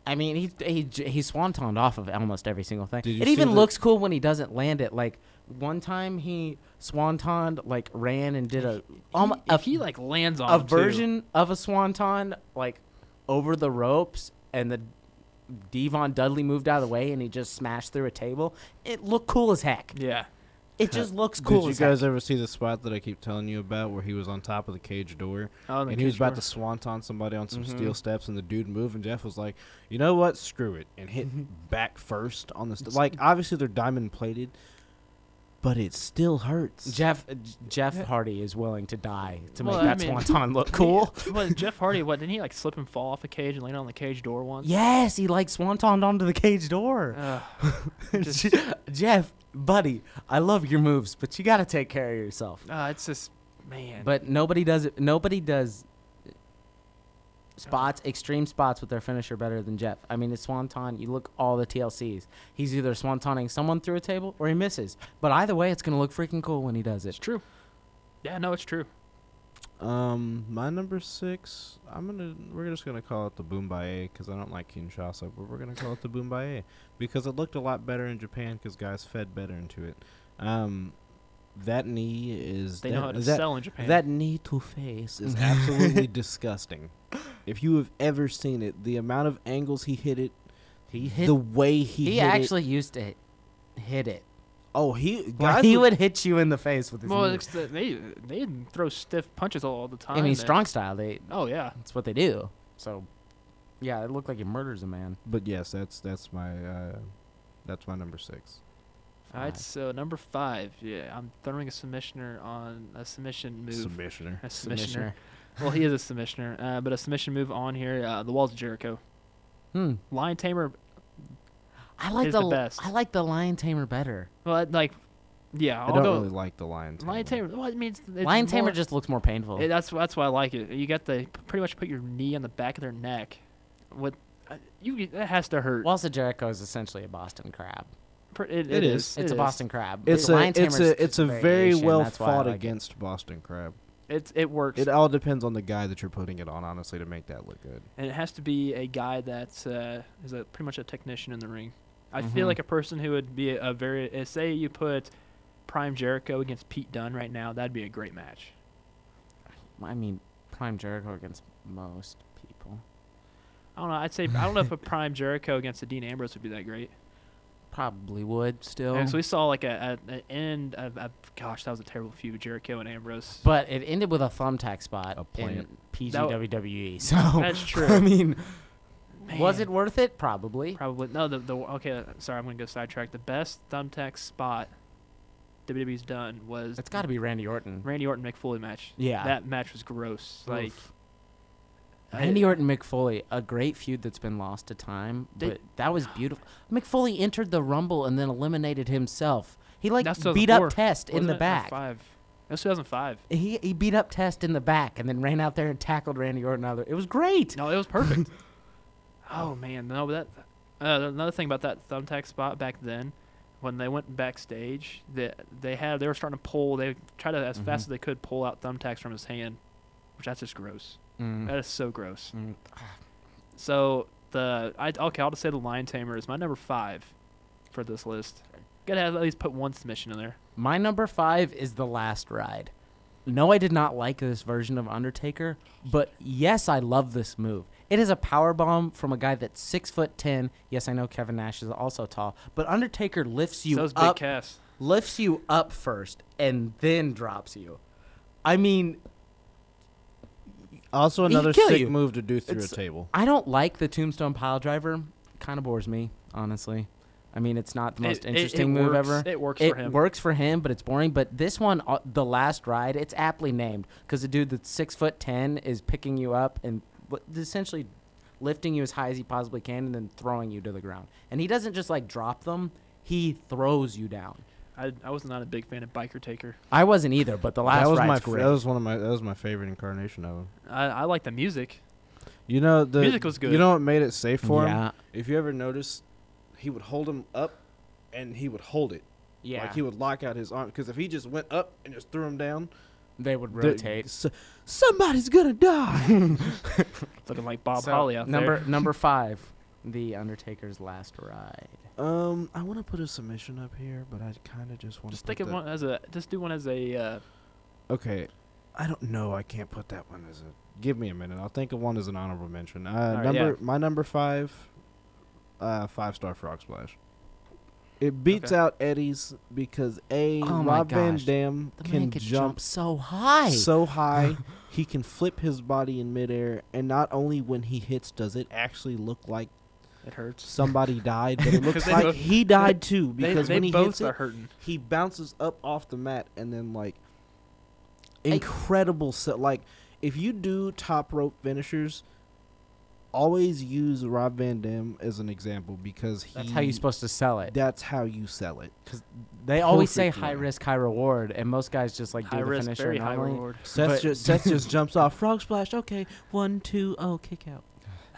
C: I mean, he he j- he swantoned off of almost every single thing.
D: Did you
C: It
D: see
C: even
D: the-
C: looks cool when he doesn't land it. Like one time he swantoned, like ran and did a almo-
A: if
C: Um, a-
A: he like lands on
C: a
A: him, too.
C: version of a swanton like over the ropes and the Devon Dudley moved out of the way and he just smashed through a table. It looked cool as heck.
A: Yeah.
C: It just looks cool
D: Did you
C: as heck.
D: guys ever see the spot that I keep telling you about where he was on top of the cage door
A: Oh,
D: and he was about to swanton somebody on some steel steps and the dude moved and Jeff was like, you know what, screw it and hit back first on the st- like obviously they're diamond plated, but it still hurts.
C: Jeff Jeff Hardy is willing to die to make
A: Well, I
C: that
A: mean-
C: swanton look cool.
A: But Jeff Hardy, what didn't he like slip and fall off a cage and land on the cage door once?
C: yes, he like swantoned onto the cage door.
A: Ugh. just-
C: Je- Jeff, buddy, I love your moves, but you got to take care of yourself.
A: Uh, it's just man.
C: But nobody does it. Nobody does
A: Uh-huh.
C: spots, extreme spots with their finisher better than Jeff. I mean, it's swanton. You look all the TLCs. He's either swantoning someone through a table or he misses. But either way, it's gonna look freaking cool when he does
A: it's
C: it.
A: true. Yeah, no, it's true.
D: Um, my number six. I'm gonna. We're just gonna call it the Boombae because I don't like Kinshasa, but we're gonna call it the Boombae because it looked a lot better in Japan because guys fed better into it. Um, that knee is
A: They
D: that,
A: know how to
D: that,
A: sell in Japan.
D: That knee to face is absolutely disgusting. If you have ever seen it, the amount of angles he hit it,
C: He hit.
D: the way he,
C: he
D: hit it-
C: actually used to hit it.
D: Oh, he
C: Like,
D: guys.
C: he
D: would-
C: would hit you in the face with his
A: well,
C: knee.
A: it's the, they they throw stiff punches all the time.
C: I mean,
A: and-
C: strong style. They
A: Oh yeah.
C: that's what they do. So, yeah, it looked like he murders a man.
D: but yes, that's that's my uh, that's my number six.
A: All right,
C: Five.
A: so uh, number five. Yeah, I'm throwing a submissioner on a submission move.
D: Submissioner.
A: a submissioner. well, he is a submissioner, uh, but a submission move on here. Uh, the Walls of Jericho.
C: Hmm.
A: Lion Tamer.
C: I like
A: Is
C: the,
A: the best.
C: I like the lion tamer better.
A: Well, I'd like, yeah.
D: I
A: although
D: don't really like the lion.
A: Lion
D: tamer.
A: Tamer. Well, I mean, it's, it's
C: lion tamer
A: more-
C: just looks more painful.
A: Yeah, that's that's why I like it. You got the pretty much put your knee on the back of their neck. What uh, you that has to hurt.
C: Walls of Jericho is essentially a Boston crab.
A: Pr- it,
D: it is.
C: It's a Boston crab.
D: It's
C: The
D: a
C: lion
D: it's
C: tamer's
D: a
C: just
D: it's a very
C: variation,
D: well
C: that's why I
D: fought
C: like it.
D: against Boston crab.
A: It's it works.
C: uh,
D: It all depends on the guy that you're putting it on, honestly, to make that look good.
A: and it has to be a guy that's uh, is a pretty much a technician in the ring. I feel
C: Mhm.
A: like a person who would be a very uh, say you put Prime Jericho against Pete Dunne right now, that'd be a great match.
C: I mean, prime Jericho against most people.
A: I don't know. I'd say I don't know if a Prime Jericho against a Dean Ambrose would be that great.
C: Probably would still.
A: And so we saw like a, a an end of, of gosh, that was a terrible feud, Jericho and Ambrose.
C: But it ended with a thumbtack spot
D: A
C: in
D: plant.
A: That w-
C: PGWWE. E, So
A: That's true.
C: I mean, was
A: Man.
C: it worth it? Probably.
A: Probably no. The the okay. uh, Sorry, I'm gonna go sidetrack. The best thumbtack spot WWE's done was
C: It's got to be Randy Orton.
A: Randy Orton McFoley match.
C: Yeah.
A: That uh, match was gross. Like
C: Oof.
A: I-
C: Randy Orton McFoley, a great feud that's been lost to time,
A: They-
C: but that was beautiful. McFoley entered the Rumble and then eliminated himself. He like
A: That's
C: beat up
A: 2004,
C: Test in
A: wasn't
C: the
A: it? Or
C: back.
A: Five. That's 2005.
C: He he beat up Test in the back and then ran out there and tackled Randy Orton. Other, it was great.
A: No, it was perfect. oh man, no. That uh, another thing about that thumbtack spot back then, when they went backstage, that they had they were starting to pull. They tried to
C: Mm-hmm.
A: as fast as they could pull out thumbtacks from his hand, which that's just gross.
C: Uh,
A: That is so gross.
C: Hmm. Mm.
A: So the I okay, I'll just say the Lion Tamer is my number five for this list. Gotta have at least put one submission in there.
C: My number five is The Last Ride. No, I did not like this version of Undertaker, but yes, I love this move. It is a power bomb from a guy that's six foot ten. Yes, I know Kevin Nash is also tall, but Undertaker lifts you
A: so is Big
C: up,
A: Cass.
C: lifts you up first, and then drops you. I mean,
D: Also,
C: He
D: another
C: kill
D: sick
C: you.
D: move to do through
C: It's-
D: a table.
C: I don't like the Tombstone Piledriver. Kind of bores me, honestly. I mean, it's not the
A: It- it-
C: most
A: it
C: interesting move
A: works-
C: ever.
A: It works for
C: It
A: him.
C: works for him, but it's boring. But this one, uh, the last ride, it's aptly named because the dude that's six foot ten is picking you up and li- essentially lifting you as high as he possibly can, and then throwing you to the ground. And he doesn't just like drop them; he throws you down.
A: I, I was not a big fan of Biker Taker.
C: I wasn't either, but the last
D: that was
C: ride's
D: my
C: great.
D: that was one of my that was my favorite incarnation of him.
A: I, I like the music.
D: You know the
A: Music was good.
D: You know what made it safe for him?
C: yeah,
D: If you ever noticed, he would hold him up, and he would hold it.
C: yeah.
D: Like he would lock out his arm because if he just went up and just threw him down,
C: they would
D: the-
C: rotate.
D: s- somebody's gonna die.
A: Looking like Bob
C: So,
A: Holly out
C: number
A: there.
C: number five, the Undertaker's last ride.
D: um, I want to put a submission up here, but I kind of just want
A: Just think of one as a. Just do one as a. Uh,
D: Okay, I don't know. I can't put that one as a. Give me a minute. I'll think of one as an honorable mention. Uh,
A: All right,
D: number
A: yeah.
D: my number five, uh, five star frog splash. It beats
A: Okay.
D: out Eddie's because a
C: Oh my
D: Rob Van
C: gosh.
D: Dam
C: The
D: can
C: man could jump
D: jump
C: so high.
D: so high he can flip his body in midair, and not only when he hits does it actually look like
A: it hurts.
D: somebody died, but it
A: 'Cause
D: looks
A: they
D: like
A: both-
D: he died too
A: They,
D: because
A: they
D: when he
A: both
D: hits it,
A: are hurting.
D: he bounces up off the mat and then like
C: I-
D: incredible set like if you do top rope finishers always use rob van dam as an example because he
C: That's how you're supposed to sell it.
D: that's how you sell it
C: They always say
D: perfectly.
C: high risk, high reward, and most guys just like do
A: high
C: the
A: risk,
C: finisher
A: very
C: and
A: high
C: only-
A: reward.
D: seth,
C: But-
D: just, seth just jumps off frog splash okay one two oh kick out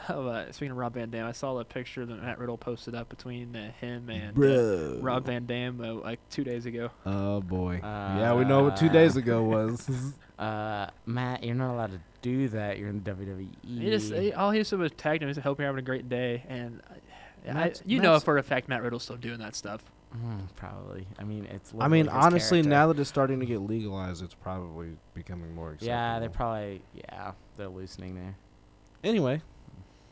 A: Oh, uh, speaking of Rob Van Dam, I saw a picture that Matt Riddle posted up between uh, him and uh,
D: bro
A: Rob Van Dam uh, like two days ago.
E: Oh boy. yeah, we know what two days ago was.
C: Uh, Matt, you're not allowed to do that. You're in the E. WWE.
A: He just he, all he said was tagged him. He said, "Hope you're having a great day." And uh, I, I,
D: Matt's-
A: you know
D: Matt's-
A: for a fact Matt Riddle's still doing that stuff.
C: Mm, probably. I mean, it's.
D: i
C: literally
D: mean
C: his
D: honestly
C: character.
D: now that it's starting to get legalized it's probably becoming more acceptable.
C: Yeah, they're probably. Yeah, they're loosening there.
A: Did
D: anyway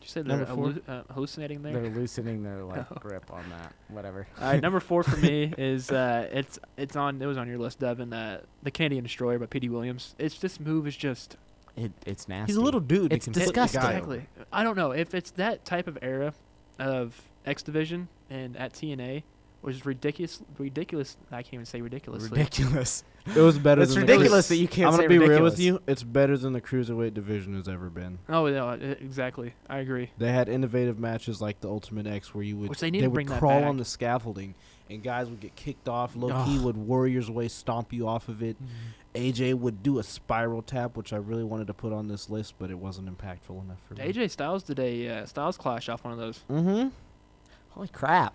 A: you say they're
D: Number four?
A: hallu- uh, hallucinating there?
C: They're loosening their like grip on that. Whatever.
A: All right, number four for me is uh, it's it's on it was on your list, Devin. Uh, the Canadian Destroyer by P.D. Williams. It's this move is just
C: It, it's nasty.
D: he's a little dude he
C: It's
D: can flip the guy
C: disgusting.
D: over.
A: exactly. I don't know if it's that type of era of X Division and at TNA, which is ridiculous. Ridiculous. I can't even say ridiculously.
C: ridiculous.
D: It was better.
C: It's
D: than
C: ridiculous
D: The
C: that you can't
D: I'm gonna
C: say
D: be real
C: ridiculous.
D: with you. It's better than the cruiserweight division has ever been.
A: Oh no, e- exactly. I agree.
D: They had innovative matches like the Ultimate X, where you would
A: Which they need to
D: would
A: bring that
D: crawl
A: back.
D: on the scaffolding, and guys would get kicked off. Low key would Warriors way stomp you off of it. AJ would do a spiral tap, which I really wanted to put on this list, but it wasn't impactful enough for me.
A: AJ Styles did a uh, Styles clash off one of those.
D: Mm-hmm.
C: Holy crap!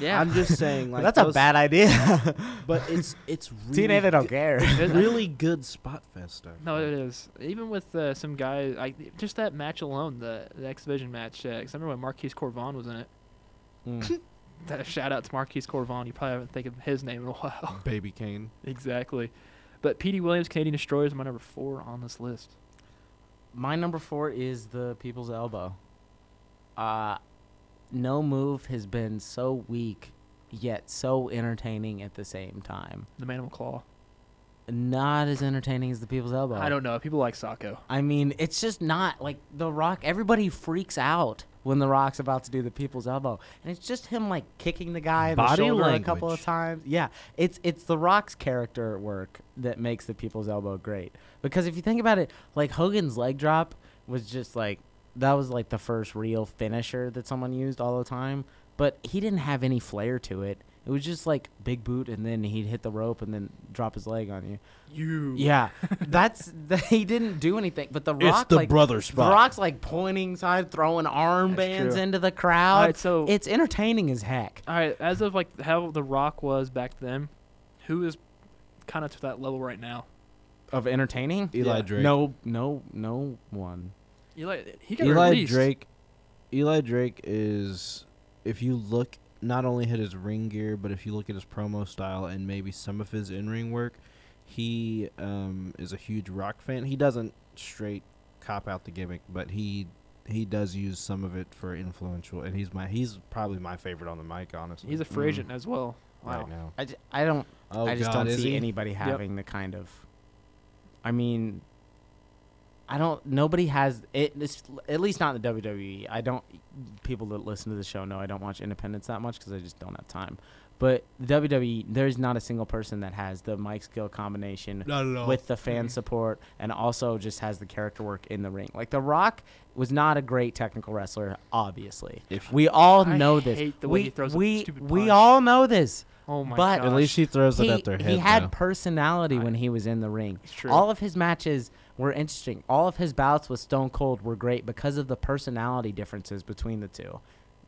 A: Yeah,
D: I'm just saying, like
C: That's a
D: those-
C: bad idea.
D: But it's it's really
C: TNA, they don't
D: good-
C: care.
A: It-
D: really good spot fest stuff.
A: No, it is. Even with uh, some guys, like just that match alone, the, the X Division match. Uh, 'cause I remember when Marquise Corvon was in it.
C: Mm.
A: That- shout out to Marquise Corvon. You probably haven't think of his name in a while.
D: Baby Kane.
A: exactly. But P.D. Williams, Canadian Destroyer is my number four on this list.
C: My number four is the people's elbow. Uh, no move has been so weak, yet so entertaining at the same time.
A: The Manimal Claw.
C: Not as entertaining as the people's elbow.
A: I don't know. People like Sacco.
C: I mean, it's just not like The Rock. Everybody freaks out when The Rock's about to do the people's elbow, and it's just him like kicking the guy in the
D: Body
C: shoulder a couple of
D: language.
C: times. Yeah, it's it's The Rock's character work that makes the people's elbow great. Because if you think about it, like Hogan's leg drop was just like that was like the first real finisher that someone used all the time, but he didn't have any flair to it. It was just like big boot, and then he'd hit the rope, and then drop his leg on you.
A: You.
C: Yeah, that's that he didn't do anything. But the Rock, like,
D: brother
C: the Rock's like pointing side, throwing armbands
A: true.
C: into the
A: All
C: crowd.
A: right. So.
C: it's entertaining as heck.
A: all right. As of like how The Rock was back then, who is kind of to that level right now?
C: Of entertaining?
D: Eli
A: Yeah.
D: Drake.
C: No, no, no one.
A: Eli. He got
D: Eli
A: released.
D: Drake. Eli Drake is, if you look not only at his ring gear, but if you look at his promo style and maybe some of his in-ring work, he um, is a huge rock fan. He doesn't straight cop out the gimmick, but he he does use some of it for influential. And he's my he's probably my favorite on the mic, honestly.
A: He's a free
C: Mm.
A: agent as well. Wow.
D: right now.
C: I, j- I don't.
D: Oh
C: I just
D: God,
C: don't
D: is
C: see
D: he?
C: anybody having the kind of. I mean, I don't. Nobody has it. It's, at least not in the WWE. I don't. People that listen to the show know I don't watch independents that much because I just don't have time. But the WWE, there's not a single person that has the mic skill combination
E: Not at all.
C: with the fan
A: Mm-hmm.
C: support and also just has the character work in the ring. Like The Rock was not a great technical wrestler, obviously.
D: If-
C: we all
A: I
C: know this.
A: hate the
C: we,
A: way he throws a
C: we,
A: stupid
C: we
A: punch.
C: all know this.
A: Oh my
C: But-
A: gosh.
D: At least she throws
C: He,
D: it at their head.
C: he had
D: though.
C: personality when he was in the ring.
A: It's true.
C: All of his matches were interesting. All of his bouts with Stone Cold were great because of the personality differences between the two.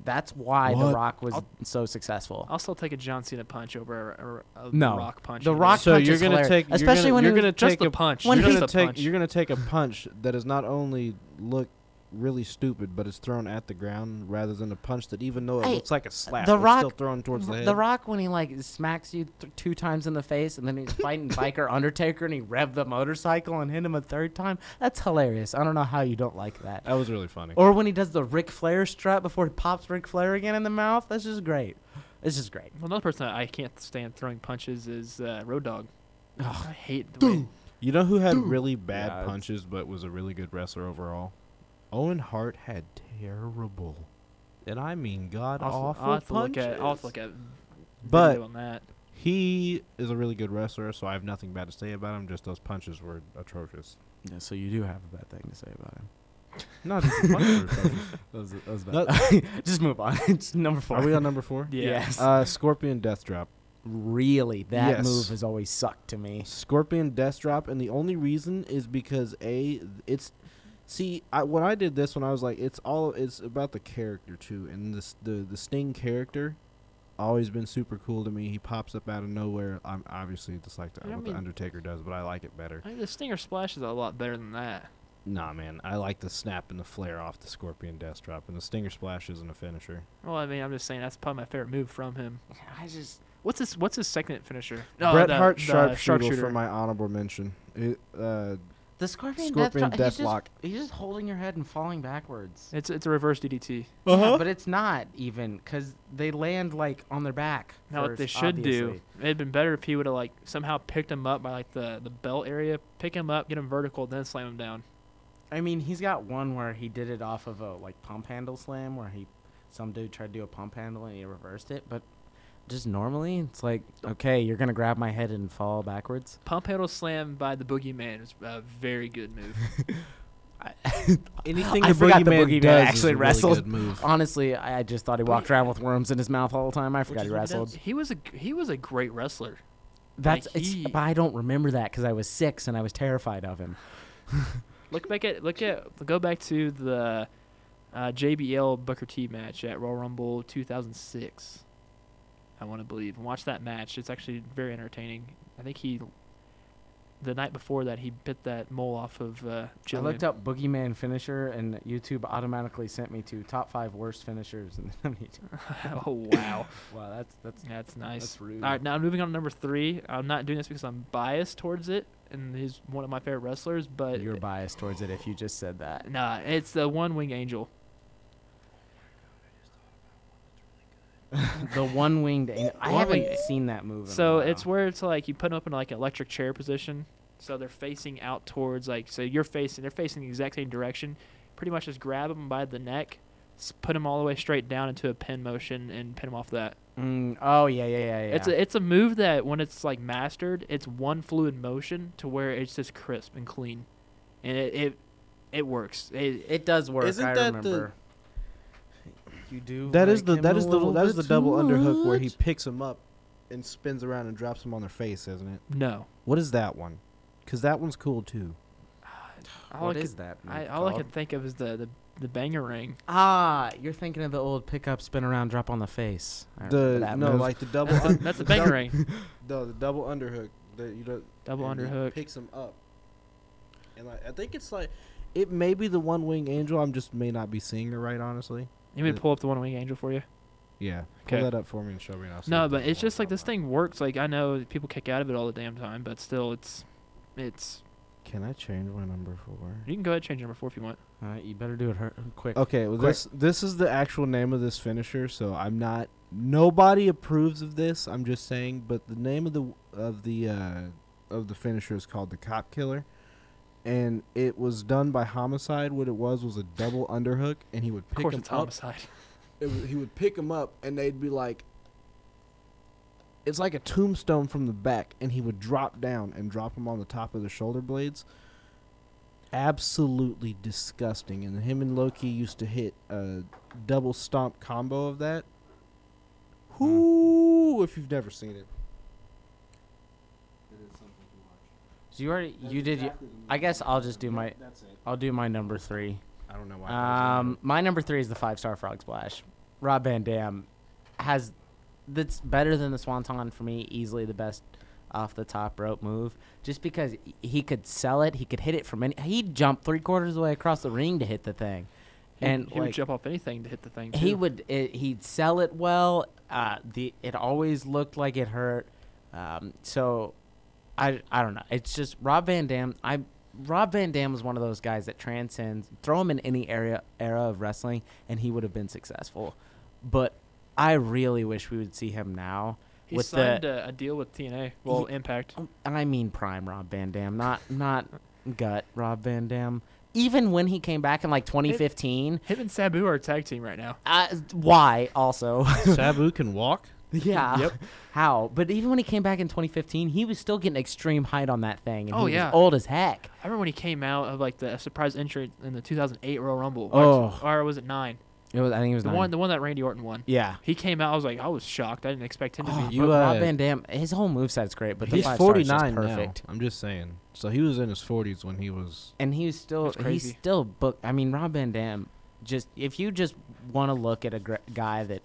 C: That's why The
E: What?
C: Rock was
A: I'll-
C: so successful.
A: I'll still take a John Cena punch over a, a, a
C: No.
A: Rock punch.
C: The
A: any
C: Rock
A: day.
D: so
C: punch
D: you're
C: is
D: gonna
C: hilarious.
D: take
C: Especially
D: you're
C: when
D: gonna,
C: it
D: you're gonna
A: just
D: take
A: the
D: a
A: punch.
C: when
D: you're
A: just
D: gonna
A: the
D: take
A: punch.
D: you're gonna take a punch that is not only look really stupid, but it's thrown at the ground rather than a punch that even though it
C: Hey,
D: looks like a slap,
C: The
D: it's
C: Rock-
D: still thrown towards the
C: R-
D: head.
C: Rock when he like smacks you th- two times in the face, and then he's fighting Biker Undertaker, and he revved the motorcycle and hit him a third time. That's hilarious. I don't know how you don't like that.
E: that was really funny.
C: Or when he does the Ric Flair strut before he pops Ric Flair again in the mouth. That's just great. It's just great.
A: Well, another person I can't stand throwing punches is uh, Road Dog.
C: Ugh.
A: I hate the way.
E: You know who had really bad
C: Yeah, it's-
E: punches but was a really good wrestler overall? Owen Hart had terrible, and I mean god
A: I'll,
E: awful
A: I'll have to look
E: punches.
A: at. I'll have to look at.
E: But-
A: video on that.
E: He is a really good wrestler, so I have nothing bad to say about him. Just those punches were atrocious.
C: Yeah, so you do have a bad thing to say about him.
E: Not just the punches were atrocious.
C: just move on. it's number four.
E: Are we on number four?
A: Yeah.
C: Yes.
E: Uh, Scorpion Death Drop.
C: really, that
E: yes.
C: move has always sucked to me.
D: Scorpion Death Drop, and the only reason is because a it's see I, when I did this when I was like it's all it's about the character too, and this the the Sting character always been super cool to me. He pops up out of nowhere. I'm obviously just like the,
A: I
D: what
A: mean-
D: the Undertaker does, but I like it better.
A: I think the Stinger Splash is a lot better than that.
E: Nah, man. I like the snap and the flare off the Scorpion Death Drop, and the Stinger Splash isn't a finisher.
A: Well, I mean, I'm just saying that's probably my favorite move from him.
C: I just
A: What's his What's his second finisher? Uh,
D: Bret
A: the-
D: Hart
A: the
D: sharpshooter for my honorable mention. It, uh,
C: the scorpion,
D: Scorpion
C: death,
D: Death
C: he's
D: Lock.
C: Just, he's just holding your head and falling backwards.
A: It's it's a reverse DDT.
D: Uh-huh.
C: Yeah, but it's not even because they land like on their back.
A: Now what they
C: first,
A: should do,
C: obviously.
A: it'd been better if he would have like somehow picked him up by like the the belt area, pick him up, get him vertical, then slam him down.
C: I mean, he's got one where he did it off of a like pump handle slam where he, some dude tried to do a pump handle and he reversed it, but. Just normally, it's like okay, you're gonna grab my head and fall backwards.
A: Pump handle slam by the Boogeyman is a very good move.
D: anything
C: I
D: the
C: forgot the
D: Boogeyman
C: Boogeyman
D: does is
C: actually
D: a really
C: wrestled.
D: good move.
C: Honestly, I, I just thought he
A: But
C: walked
A: he-
C: around with worms in his mouth all the time. I forgot
D: is
C: he
D: what he
C: wrestled.
D: does.
A: he was a g- he was a great wrestler.
C: That's
A: Like,
C: it's,
A: he-
C: but I don't remember that because I was six and I was terrified of him.
A: Look back at look at go back to the uh, JBL Booker T match at Royal Rumble 2006. I want to believe. Watch that match. It's actually very entertaining. I think he the night before that he bit that mole off of uh, Jillian.
C: I looked up boogeyman finisher and YouTube automatically sent me to top five worst finishers. And then I need to-
A: oh wow,
C: wow, that's that's
A: that's nice.
C: that's rude.
A: All right, now moving on to number three. I'm not doing this because I'm biased towards it, and he's one of my favorite wrestlers. But
C: You're biased towards it if you just said that.
A: nah, it's the One Wing Angel.
C: the one winged. Angel. I
A: One
C: haven't
A: winged-
C: seen that move. In
A: So
C: a while.
A: it's where it's like you put them up in like an electric chair position. So they're facing out towards like so you're facing they're facing the exact same direction. Pretty much just grab them by the neck, s- put them all the way straight down into a pin motion and pin them off that.
C: Mm, oh yeah yeah yeah yeah.
A: It's a it's a move that when it's like mastered, it's one fluid motion to where it's just crisp and clean, and it it, it works. It,
C: it does work.
D: Isn't
C: I
D: that the-
C: remember. you do.
D: That is
C: like
D: the
C: him
D: that
C: a
D: is the
C: little
D: that is the
C: bit
D: double
C: too
D: underhook where he
C: much.
D: picks him up and spins around and drops him on their face, isn't it?
A: no,
D: What is that one? Because that one's cool too.
A: all
C: What
A: I
C: is
A: could,
C: that?
A: I,
C: move
A: all I
C: called?
A: can think of is the the, the banger ring.
C: Ah, you're thinking of the old pickup, spin around, drop on the face. I remember
D: The
C: that
D: no,
C: move.
D: like the double.
A: That's, a, that's a
D: the dou-
A: banger ring.
D: No, the double underhook. That you don't
A: Double
D: and he
A: underhook.
D: picks him up, and like, I think it's like it may be the one wing angel. I'm just may not be seeing it right, honestly.
A: You mean pull up the one wing angel for you?
E: Yeah.
A: Okay.
E: Pull that up for me and show me. And I'll see
A: No,
E: if
A: but
E: there's
A: it's
E: one
A: just like this
E: somewhere.
A: thing works. Like I know that people kick out of it all the damn time, but still, it's it's.
D: Can I change my number four?
A: You can go ahead and change number four if you want.
C: Uh, you better do it hur- quick.
D: Okay, well
C: Quick.
D: this this is the actual name of this finisher, so I'm not. Nobody approves of this. I'm just saying, but the name of the of the uh, of the finisher is called the Cop Killer, and it was done by homicide. What it was was a double underhook, and he would
A: Of
D: pick
A: course,
D: him
A: it's
D: up.
A: homicide.
D: It was, he would pick him up, and they'd be like, "It's like a tombstone from the back," and he would drop down and drop him on the top of the shoulder blades. Absolutely disgusting. And him and Loki used to hit a double stomp combo of that.
C: Hmm.
D: Whoo! If you've never seen it, it is something to watch.
C: So you already
D: That's
C: you did. y-
D: exactly the movie
C: I guess
D: I'm
C: I'll
D: talking
C: just do
D: about.
C: my
D: That's it.
C: I'll do my number three.
D: I don't know why. I was
C: Um, my number three is the five star frog splash. Rob Van Dam has that's better than the swanton for me. Easily the best off the top rope move, just because he could sell it. He could hit it from any. He jumped three quarters of the way across the ring to hit the thing,
A: He-
C: and
A: he would
C: like
A: jump off anything to hit the thing.
C: he
A: too.
C: would it, he'd sell it well. Uh, the it always looked like it hurt. Um, so I I don't know. It's just Rob Van Dam. I Rob Van Dam was one of those guys that transcends. Throw him in any area era of wrestling, and he would have been successful. But I really wish we would see him now.
A: He
C: with the-
A: signed a, a deal with TNA. Well, Impact.
C: Um, I mean prime Rob Van Dam, not not gut Rob Van Dam. Even when he came back in like 2015,
A: Him and Sabu are a tag team right now.
C: uh, why also?
D: watching. Sabu can walk.
C: Yeah.
A: Yep.
C: How? But even when he came back in 2015, he was still getting extreme height on that thing, and
A: Oh,
C: he was
A: yeah.
C: old as heck.
A: I remember when he came out of like the surprise entrance in the 2008 Royal Rumble.
C: Oh.
A: or, or was it nine?
C: It was. I think it was
A: The one, the one that Randy Orton won.
C: yeah.
A: He came out. I was like, I was shocked. I didn't expect him to
C: Oh,
A: be.
D: you,
C: but Rob
D: uh,
C: Van Dam, his whole moveset's great, but the
D: He's
C: five
D: forty
C: stars
D: nine now.
C: perfect.
E: I'm just saying. So he was in his 40s when he was.
C: And he was still,
A: That's
C: he's
A: crazy.
C: still book. I mean, Rob Van Dam, just if you just want to look at a gr- guy that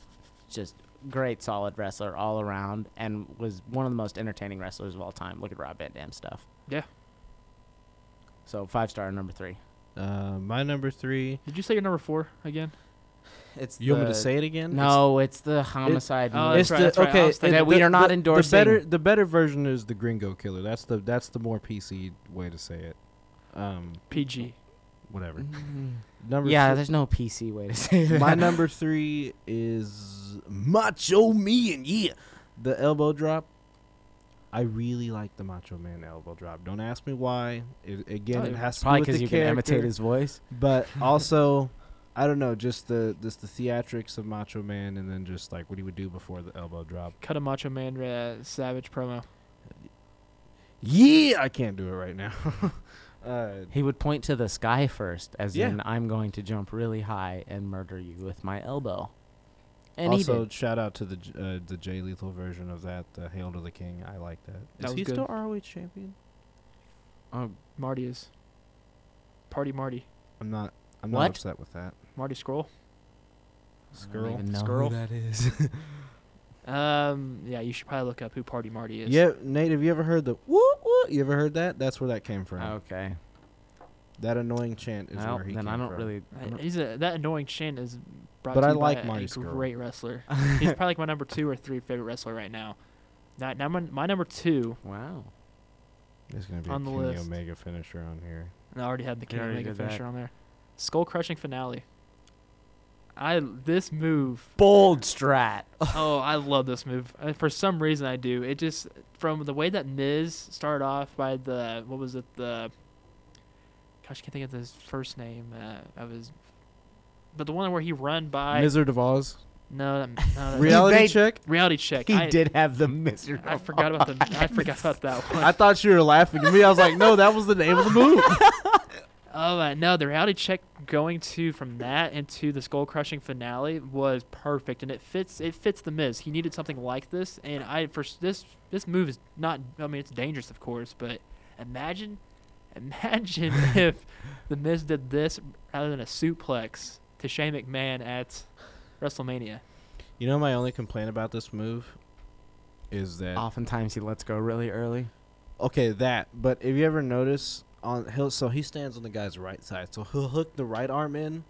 C: just great solid wrestler all around and was one of the most entertaining wrestlers of all time, look at Rob Van Dam stuff.
A: Yeah.
C: So five star number three.
E: Uh, my number three.
A: Did you say your number four again?
C: It's
D: You want me to say it again?
C: Uh, No, it's the homicide.
A: oh,
C: movie.
A: that's
D: It's,
A: right,
D: the
A: that's right. I
D: okay.
A: was
D: it-
A: thinking-
C: That we
D: the-
C: are not
D: the-
C: endorsing.
D: The better, the better version is the Gringo Killer. That's the that's the more PC way to say it. Um,
A: PG.
E: Whatever.
D: number
C: yeah,
D: three-
C: there's no PC way to say that.
D: my number three is Macho Man. Yeah, the elbow drop. I really like the Macho Man elbow drop. Don't ask me why. It, again,
A: Oh,
D: it has to do
C: Probably
D: with
C: because
D: the
C: you can
D: character.
C: imitate his voice.
D: but also I don't know, just the just the theatrics of Macho Man, and then just like what he would do before the elbow drop.
A: Cut a Macho Man uh, Savage promo.
D: Yeah, I can't do it right now. uh,
C: He would point to the sky first, as
D: Yeah.
C: in "I'm going to jump really high and murder you with my elbow." And he
D: also,
C: did.
D: shout out to the J- uh, the Jay Lethal version of that, the Hail to the King. I like that. Is
A: That was
D: he
A: good.
D: still ROH champion?
C: Oh,
A: Marty is. Party Marty.
D: I'm not. I'm not
C: What?
D: upset with that.
A: Marty Scroll.
C: I don't
D: Skrull.
C: even know who
D: Skrull.
C: that is.
A: Um, yeah, you should probably look up who Party Marty is.
D: Yeah, Nate, have you ever heard the whoop whoop? You ever heard that? That's where that came from.
C: okay.
D: That annoying chant is
C: Well,
D: where he
C: Oh. then
D: came
C: I don't
D: from.
C: really. I
A: Uh,
C: don't-
A: He's a, that annoying chin is brought
D: But
A: to
D: I
A: you by
D: like
A: a-
D: Marty
A: a
D: Skrull.
A: great wrestler. He's probably like my number two or three favorite wrestler right now. Now, now my, my number two,
C: wow.
D: There's gonna be
A: on
D: a
A: the
D: Kenny
A: list.
D: Omega finisher on here.
A: and I already had the
C: You
A: King
C: already
A: Omega
C: did that.
A: finisher on there. Skull crushing finale. I this move.
C: Bold strat.
A: oh, I love this move. Uh, For some reason, I do. It just from the way that Miz started off by the what was it the. Gosh, I can't think of his first name uh, of his. But the one where he run by.
D: Wizard of Oz.
A: no, that- no, that-
D: Reality
C: made-
D: check.
A: reality check.
C: He
A: I,
C: did have the miserable.
A: I forgot about the. I forgot about that one.
D: I thought you were laughing at me. I was like, no, that was the name of the move.
A: Oh uh, no, the reality check going to from that into the skull crushing finale was perfect, and it fits. It fits the Miz. He needed something like this, and I for s- this this move is not. I mean, it's dangerous, of course, but imagine, imagine if the Miz did this rather than a suplex to Shane McMahon at WrestleMania.
D: You know, my only complaint about this move is that
C: Oftentimes he lets go really early.
D: okay, that. But if you ever notice on he'll so he stands on the guy's right side, so he'll hook the right arm in,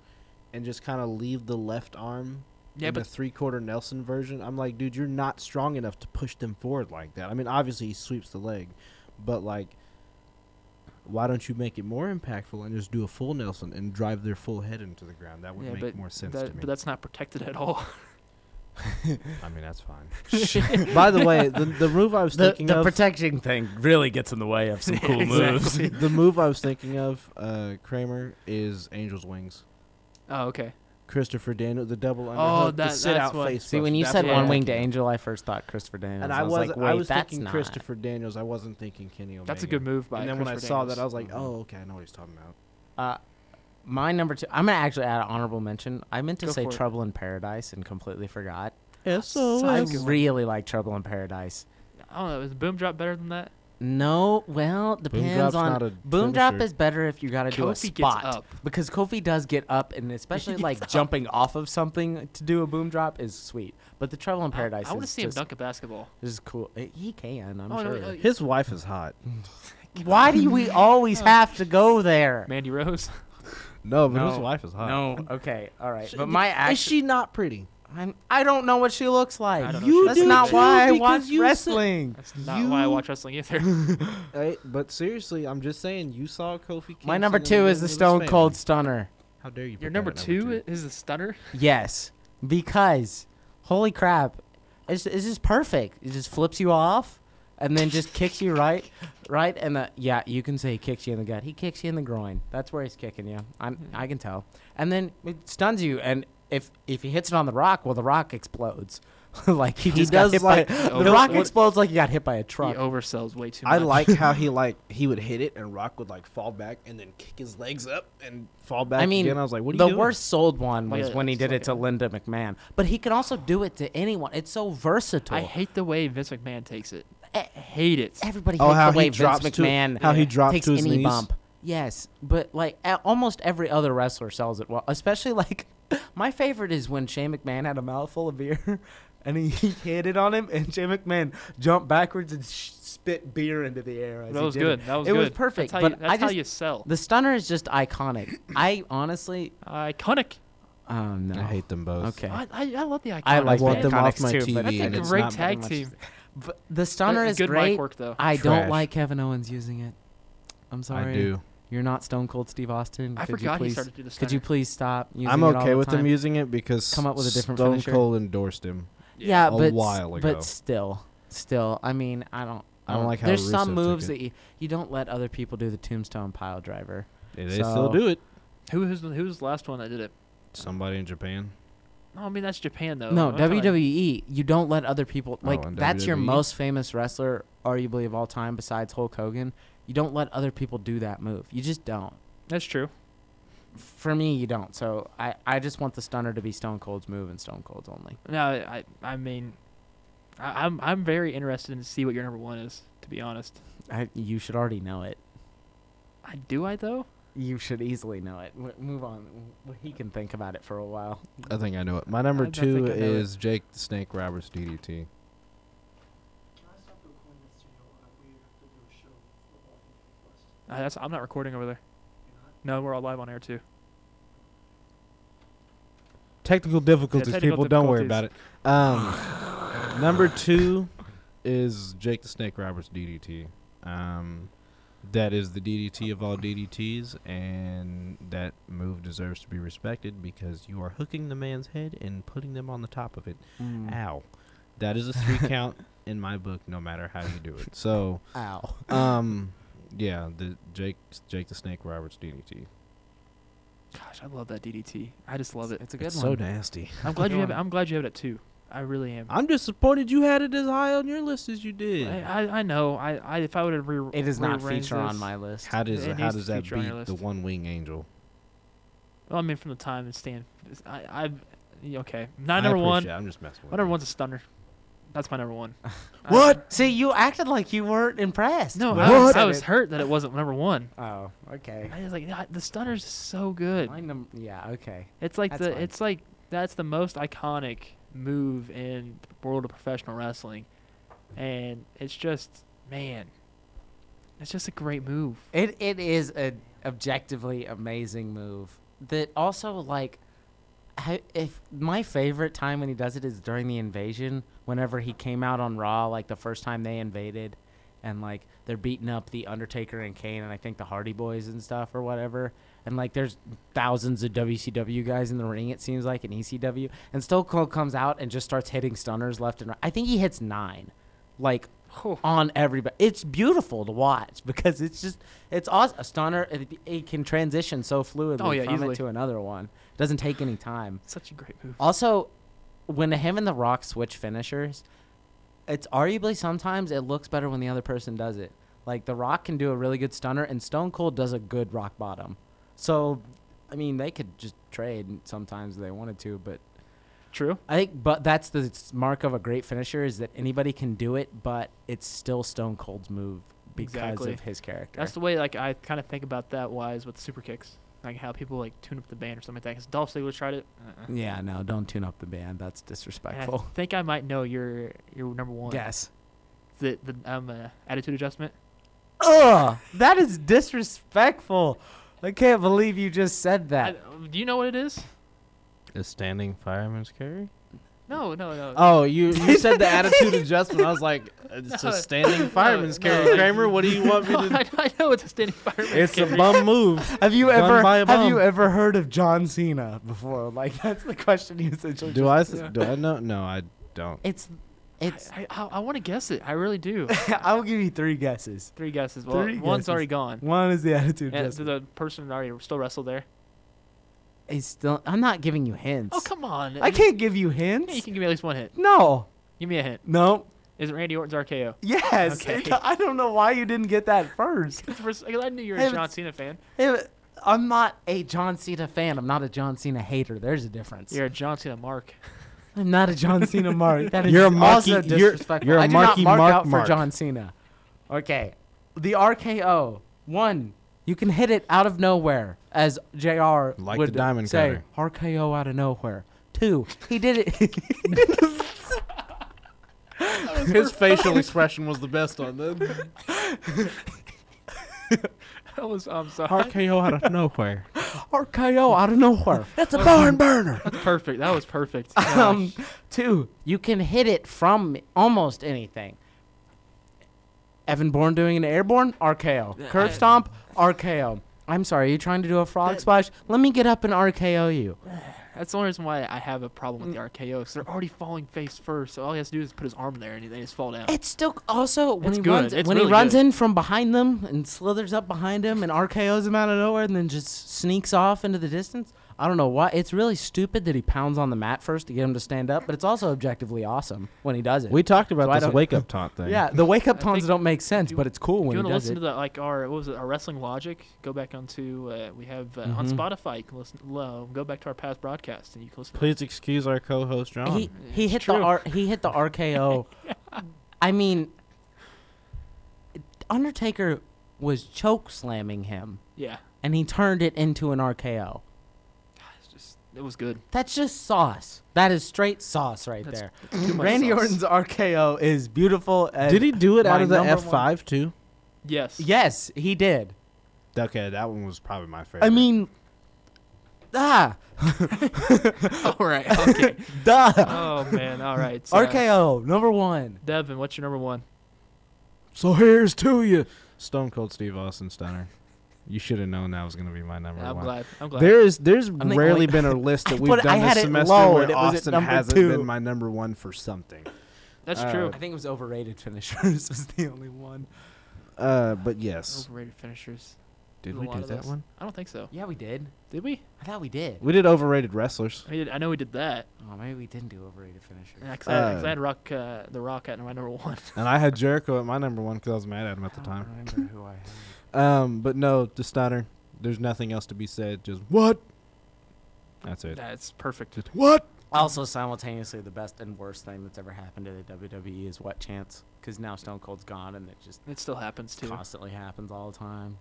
D: and just kind of leave the left arm.
A: Yeah,
D: in
A: but
D: the three quarter Nelson version, I'm like, dude, you're not strong enough to push them forward like that. I mean, obviously he sweeps the leg, but like, why don't you make it more impactful and just do a full Nelson and drive their full head into the ground? That would
A: yeah,
D: make
A: but
D: more sense
A: that-
D: to me.
A: but that's not protected at all.
E: I mean, that's fine.
D: By the way, the, the move I was
C: The,
D: thinking
C: the
D: of.
C: protection thing really gets in the way of some cool moves.
A: Exactly.
D: the move I was thinking of, uh, Kramer, is Angel's Wings.
A: Oh, okay.
D: Christopher Daniel, the double
A: Oh,
D: underhook, the
A: that-
D: sit
A: that's
D: out
A: what-
D: face.
C: See, when you
D: buster.
A: That's
C: said
A: what
C: one
A: I'm
C: winged
D: thinking.
C: angel, I first thought Christopher Daniels.
D: and I was,
C: like,
D: I
C: wait,
D: was
C: that's
D: thinking
C: not.
D: Christopher Daniels. I wasn't thinking Kenny Omega.
A: That's a good move by
D: And then when I
A: Christopher
D: saw that, I
A: Daniels.
D: was like,
E: Mhm.
D: oh, okay, I know what he's talking about.
C: Uh, my number two. I'm gonna actually add an honorable mention. I meant to
A: Go
C: say
A: for it.
C: Trouble in Paradise and completely forgot.
D: SOS.
C: I really like Trouble in Paradise.
A: I don't know. Is Boom Drop better than that?
C: No, well, depends
E: Drop's
C: on.
E: not a
C: boom drop
E: finisher.
C: is better if you got to do a
A: Kofi gets
C: spot
A: up.
C: because Kofi does get up, and especially like jumping off of something to do a boom drop is sweet. But the Trouble in Paradise
A: I, I want to
C: is
A: see
C: just,
A: him dunk a basketball.
C: is cool. Eh, He can, I'm
A: oh,
C: sure.
A: no, uh,
D: His wife is hot.
C: Why do we always have to go there?
A: Mandy Rose.
E: No, but his
C: No.
E: wife is hot.
C: No, okay, all right.
D: Sh-
C: But my action,
D: Is she not pretty?
C: I'm, I don't know what she looks like.
A: I don't know
D: You
A: what
C: That's
A: she looks
C: not
A: like.
D: too,
C: why I
D: because
C: watch
D: you said-
C: wrestling.
A: That's not why I
D: You-
A: watch wrestling either.
D: Hey, but seriously, I'm just saying. You saw Kofi. Kingston
C: My number
D: in
C: two is
D: ring
C: the
D: with his
C: Stone Cold
D: family.
C: Stunner.
D: How dare you? put
A: Your
D: that
A: number
D: at
A: two is the stunner.
C: Yes, because holy crap, it's, it's just perfect. It just flips you off, and then just kicks you right, right, and the yeah, you can say he kicks you in the gut. He kicks you in the groin. That's where he's kicking you. I'm I can tell. And then it stuns you, and if if he hits it on the rock, well, the rock explodes. like he,
D: He
C: just got
D: does
C: hit
D: like-
C: by
A: Oh,
C: the rock
A: what-
C: explodes like he got hit by a
A: He
C: truck.
A: oversells way too much.
D: I like how he like he would hit it and Rock would like fall back and then kick his legs up and fall back.
C: I mean,
D: again. I was like, what are
C: the
D: you doing?
C: worst sold one
A: Like
C: was
A: a-
C: when he
A: it's
C: did
A: like
C: it to
A: a-
C: Linda McMahon, but he can also do it to anyone. It's so versatile.
A: I hate the way Vince McMahon takes it.
C: Eh.
A: hate it.
C: Everybody
D: Oh,
C: hates
D: how
C: the
D: he
C: way Vince
D: drops to-
C: McMahon
D: how he drops
C: takes
D: to his
C: any
D: knees?
C: bump. Yes, but like a- almost every other wrestler sells it well, especially like my favorite is when Shane McMahon had a mouthful of beer and he, he hit it on him, and Shane McMahon jumped backwards and sh- spit beer into the air. As
A: That
C: he
A: was
C: did
A: good.
C: It.
A: That was
C: it
A: good.
C: was perfect.
A: That's how,
C: but
A: you, that's
C: I
A: how
C: just
A: you sell.
C: the stunner is just iconic. I honestly,
A: Iconic.
C: oh no,
E: I hate them both.
C: Okay,
A: I, I, I love the iconic.
C: I like
D: want
C: the
A: man.
D: them off
C: Iconics
D: my
C: too,
D: TV
C: But
A: That's
D: and
A: a
D: it's
A: great
D: not
A: tag
C: much
A: team.
C: But the stunner
A: That-
C: is
A: good
C: great.
A: mic work though.
C: I don't
E: Trash.
C: like Kevin Owens using it. I'm sorry.
E: I do.
C: You're not Stone Cold Steve Austin.
A: I
C: could
A: forgot
C: you
A: he
C: please,
A: started to do the stunner.
C: Could you please stop using
E: I'm
C: it all
E: okay
C: the
E: with
C: time?
E: him using it because
C: Come up with a different
E: Stone
C: finisher.
E: Cold endorsed him.
C: Yeah,
E: a
C: but s-
E: while ago.
C: but still, still, I mean, I don't.
E: I don't like how
C: There's some
E: Rusev took
C: moves
E: it.
C: that you, you don't let other people do the Tombstone Pile Driver.
E: They they
C: So-
E: still do it.
A: Who was the- who was the last one that did it?
E: Somebody in Japan.
A: No, I mean that's Japan though.
C: no, E.
A: I'm trying-
C: WWE, you don't let other people like
E: in
C: that's your
E: WWE?
C: most famous wrestler, arguably of all time, besides Hulk Hogan. You don't let other people do that move. You just don't.
A: That's true.
C: For me, you don't. So I, I just want the stunner to be Stone Cold's move and Stone Cold's only.
A: No, I I mean, I, I'm I'm very interested in to see what your number one is. To be honest,
C: I, you should already know it.
A: I do I though.
C: You should easily know it. M- move on. W- He can think about it for a while.
E: I think I know it. My
A: I
E: number
A: don't
E: two
A: think I know it.
E: is Jake the Snake Roberts DDT.
A: Uh, that's I'm not recording over there. No, we're all live on air too.
E: Technical difficulties,
A: technical
E: people. Don't worry about it. Um, number two is Jake the Snake Roberts DDT. Um, that is the DDT of all DDTs, and that move deserves to be respected because you are hooking the man's head and putting them on the top of it. Ow. That is a three count in my book, no matter how you do it. So,
C: Ow.
E: um, yeah, the Jake Jake the Snake Roberts DDT.
A: Gosh, I love that DDT. I just love it.
C: It's a good
E: it's so
C: one.
E: nasty.
A: I'm
C: a
A: glad
C: good
A: you have. it.
C: one.
A: I'm glad you have it at two. I really am.
E: I'm disappointed you had it as high on your list as
A: I,
E: you did.
A: I, I know. I, I if I would have re-
C: it is not
A: rearranged
C: feature on
A: this-
C: my list.
E: how does
A: it
E: how
A: needs
E: does
A: to
E: that
A: feature on your
E: beat the
A: list.
E: one wing angel?
A: Well, I mean from the time and stand. I I yeah, okay. Not
E: I
A: number
E: appreciate
A: one.
E: it. I'm just messing with
A: My number
E: you.
A: one's a stunner. That's my number one. I-
C: See, you acted like you weren't impressed.
A: no,
C: when
A: I was,
C: said
A: I was
C: it.
A: hurt that it wasn't number one.
C: Oh, okay.
A: I was like, "God, the stunner's so good.
C: My num- yeah, okay.
A: It's like
C: That's
A: the
C: fine.
A: it's like that's the most iconic move in the world of professional wrestling, and it's just man, it's just a great move.
C: It it is an objectively amazing move that also like I- if my favorite time when he does it is during the invasion whenever he came out on Raw like the first time they invaded and like they're beating up the Undertaker and Kane and I think the Hardy Boys and stuff or whatever and like there's thousands of WCW guys in the ring. It seems like in ECW, and Stone Cold comes out and just starts hitting stunners left and right. I think he hits nine, like on everybody. It's beautiful to watch because it's just it's awesome. A stunner it, it can transition so fluidly
A: Oh, yeah,
C: from
A: easily.
C: it to another one. doesn't take any time.
A: Such a great move.
C: Also, when him and The Rock switch finishers, it's arguably sometimes it looks better when the other person does it. Like The Rock can do a really good stunner, and Stone Cold does a good rock bottom. So, I mean, they could just trade sometimes if they wanted to, but
A: True.
C: I think, but that's the s- mark of a great finisher is that anybody can do it, but it's still Stone Cold's move because
A: Exactly.
C: of his character.
A: That's the way like I kind of think about that wise with super kicks, like how people like tune up the band or something like that. Because Dolph Ziggler tried it. Uh-uh.
C: yeah, no, don't tune up the band. That's
A: And
C: disrespectful.
A: I think I might know your your number one.
C: Yes.
A: The the um uh, attitude adjustment.
C: Ugh, that is disrespectful. I can't believe you just said
A: I,
C: that.
A: do you know what it is?
E: A standing fireman's carry?
A: No, no, no.
D: Oh, you you said the attitude adjustment. I was like,
E: Uh,
D: it's
A: No,
D: a standing fireman's
A: no,
D: carry.
A: like-
D: Kramer, what do you want me
A: No,
D: to?
A: I, I know it's a standing fireman.
D: It's a
A: carry.
D: bum move.
C: Have you
D: Done
C: ever
D: by a
C: have you
D: bum.
C: ever heard of John Cena before? Like that's the question you essentially.
E: Do I?
A: Yeah.
E: Th- do I know? No, I don't.
C: It's, it's.
A: I, I, I want to guess it. I really do.
C: I will give you three guesses.
A: Three guesses. Well,
C: Three
A: one's
C: guesses.
A: already gone.
C: One is the attitude.
A: And
C: adjustment.
A: the person already still wrestled there.
C: He's still. I'm not giving you hints.
A: Oh come on!
C: I can't give you
A: Yeah, you
C: hints.
A: can give me at least one hint.
C: No.
A: Give me a hint.
C: No.
A: Is it Randy Orton's RKO?
C: Yes.
A: Okay.
C: I don't know why you didn't get that first.
A: It's the first- I knew you were
C: Hey,
A: a
C: but-
A: John Cena fan.
C: Hey, I'm not a John Cena fan. I'm not a John Cena hater. There's a difference.
A: You're a John Cena mark.
C: I'm not a John Cena mark. That is
E: You're a
C: also
E: marky- you're-
C: disrespectful.
E: you're a
C: I do not
E: marky
C: mark,
E: mark
C: out for
E: mark.
C: John Cena. Okay. The RKO. One, you can hit it out of nowhere, as JR
E: Like
C: would
E: the diamond
C: say, RKO out of nowhere. Two, he did it.
D: His facial expression was the best on that.
A: That was I'm sorry.
E: RKO out of nowhere.
C: RKO out of nowhere.
D: That's a barn burner.
A: That's perfect. That was perfect.
C: Um,
A: Gosh.
C: two, you can hit it from almost anything. Evan Bourne doing an airborne RKO, curb
A: I-
C: stomp RKO. I'm sorry, are you trying to do a frog splash? Let me get up and RKO you.
A: that's the only reason why I have a problem with the RKO because they're already falling face first. So all he has to do is put his arm there and they just fall down.
C: It's still also when
A: It's
C: he
A: good,
C: runs
A: it's
C: when he
A: really
C: runs
A: good.
C: in from behind them and slithers up behind him and RKO's him out of nowhere and then just sneaks off into the distance. I don't know why. It's really stupid that he pounds on the mat first to get him to stand up, but it's also objectively awesome when he does it.
E: We talked
C: So
E: about
C: I
E: this
C: don't-
E: wake up taunt thing.
C: Yeah, the wake up
A: I
C: tones
A: think-
C: don't make sense,
A: do-
C: but it's
A: If
C: cool
A: you
C: when he
A: want to
C: does
A: listen
C: it.
A: to the like our what was it our wrestling logic? Go back onto uh, we have uh, on
C: Mhm.
A: Spotify. You can listen. Uh, go back to our past broadcasts and you can listen. to
E: Please excuse our co-host John.
C: He he
A: It's
C: hit
A: true.
C: the R, he hit the RKO. I mean, Undertaker was choke slamming him,
A: Yeah,
C: and he turned it into an RKO.
A: it's just it was good.
C: That's just sauce. That is straight sauce right
A: That's
C: there.
A: Too much
C: Randy
A: sauce.
C: Orton's RKO is beautiful. And
E: Did he do it
C: my
E: out of the
C: number
E: F five too?
A: Yes.
C: Yes, he did.
E: Okay, that one was probably my favorite.
C: I mean, ah,
A: All right. Okay.
C: duh.
A: oh man. All right. So,
C: RKO number one.
A: Devin, what's your number one?
E: so here's to you, Stone Cold Steve Austin Stunner. You should have known that was gonna be my number
A: I'm
E: one.
A: glad. I'm glad.
E: There is there's
C: the
E: rarely
C: only-
E: been a list
C: I
E: that we've
C: put it- I
E: done
C: had
E: this
C: it
E: semester
C: low,
E: where
C: and it was at
E: Austin
C: number
E: hasn't
C: two.
E: been my number one for something.
A: That's
E: uh,
A: true.
C: I think it was overrated finishers was the only one.
E: Uh, but yes,
A: Overrated finishers.
E: did
A: There's a
E: we
A: lot
E: do
A: of
E: that
A: those.
E: one?
A: I don't think so.
C: Yeah, we did.
A: Did we?
C: I thought we did.
E: We did overrated wrestlers.
A: I, did, I know we did that.
C: Oh, maybe we didn't do overrated finishers.
A: Yeah, 'cause I, 'cause I
E: Uh,
A: had Rock, uh, the Rock at my number one.
E: And I had Jericho at my number one because I was mad at him
C: Oh,
E: at the time.
C: I don't remember who I had.
E: Um, but no, the Stunner. There's nothing else to be said. Just what? That's it.
A: That's perfect.
E: Just what?
C: Also, simultaneously, the best and worst thing that's ever happened to the WWE is what chance? Because now Stone Cold's gone, and it just
A: It still happens too.
C: constantly happens all the time.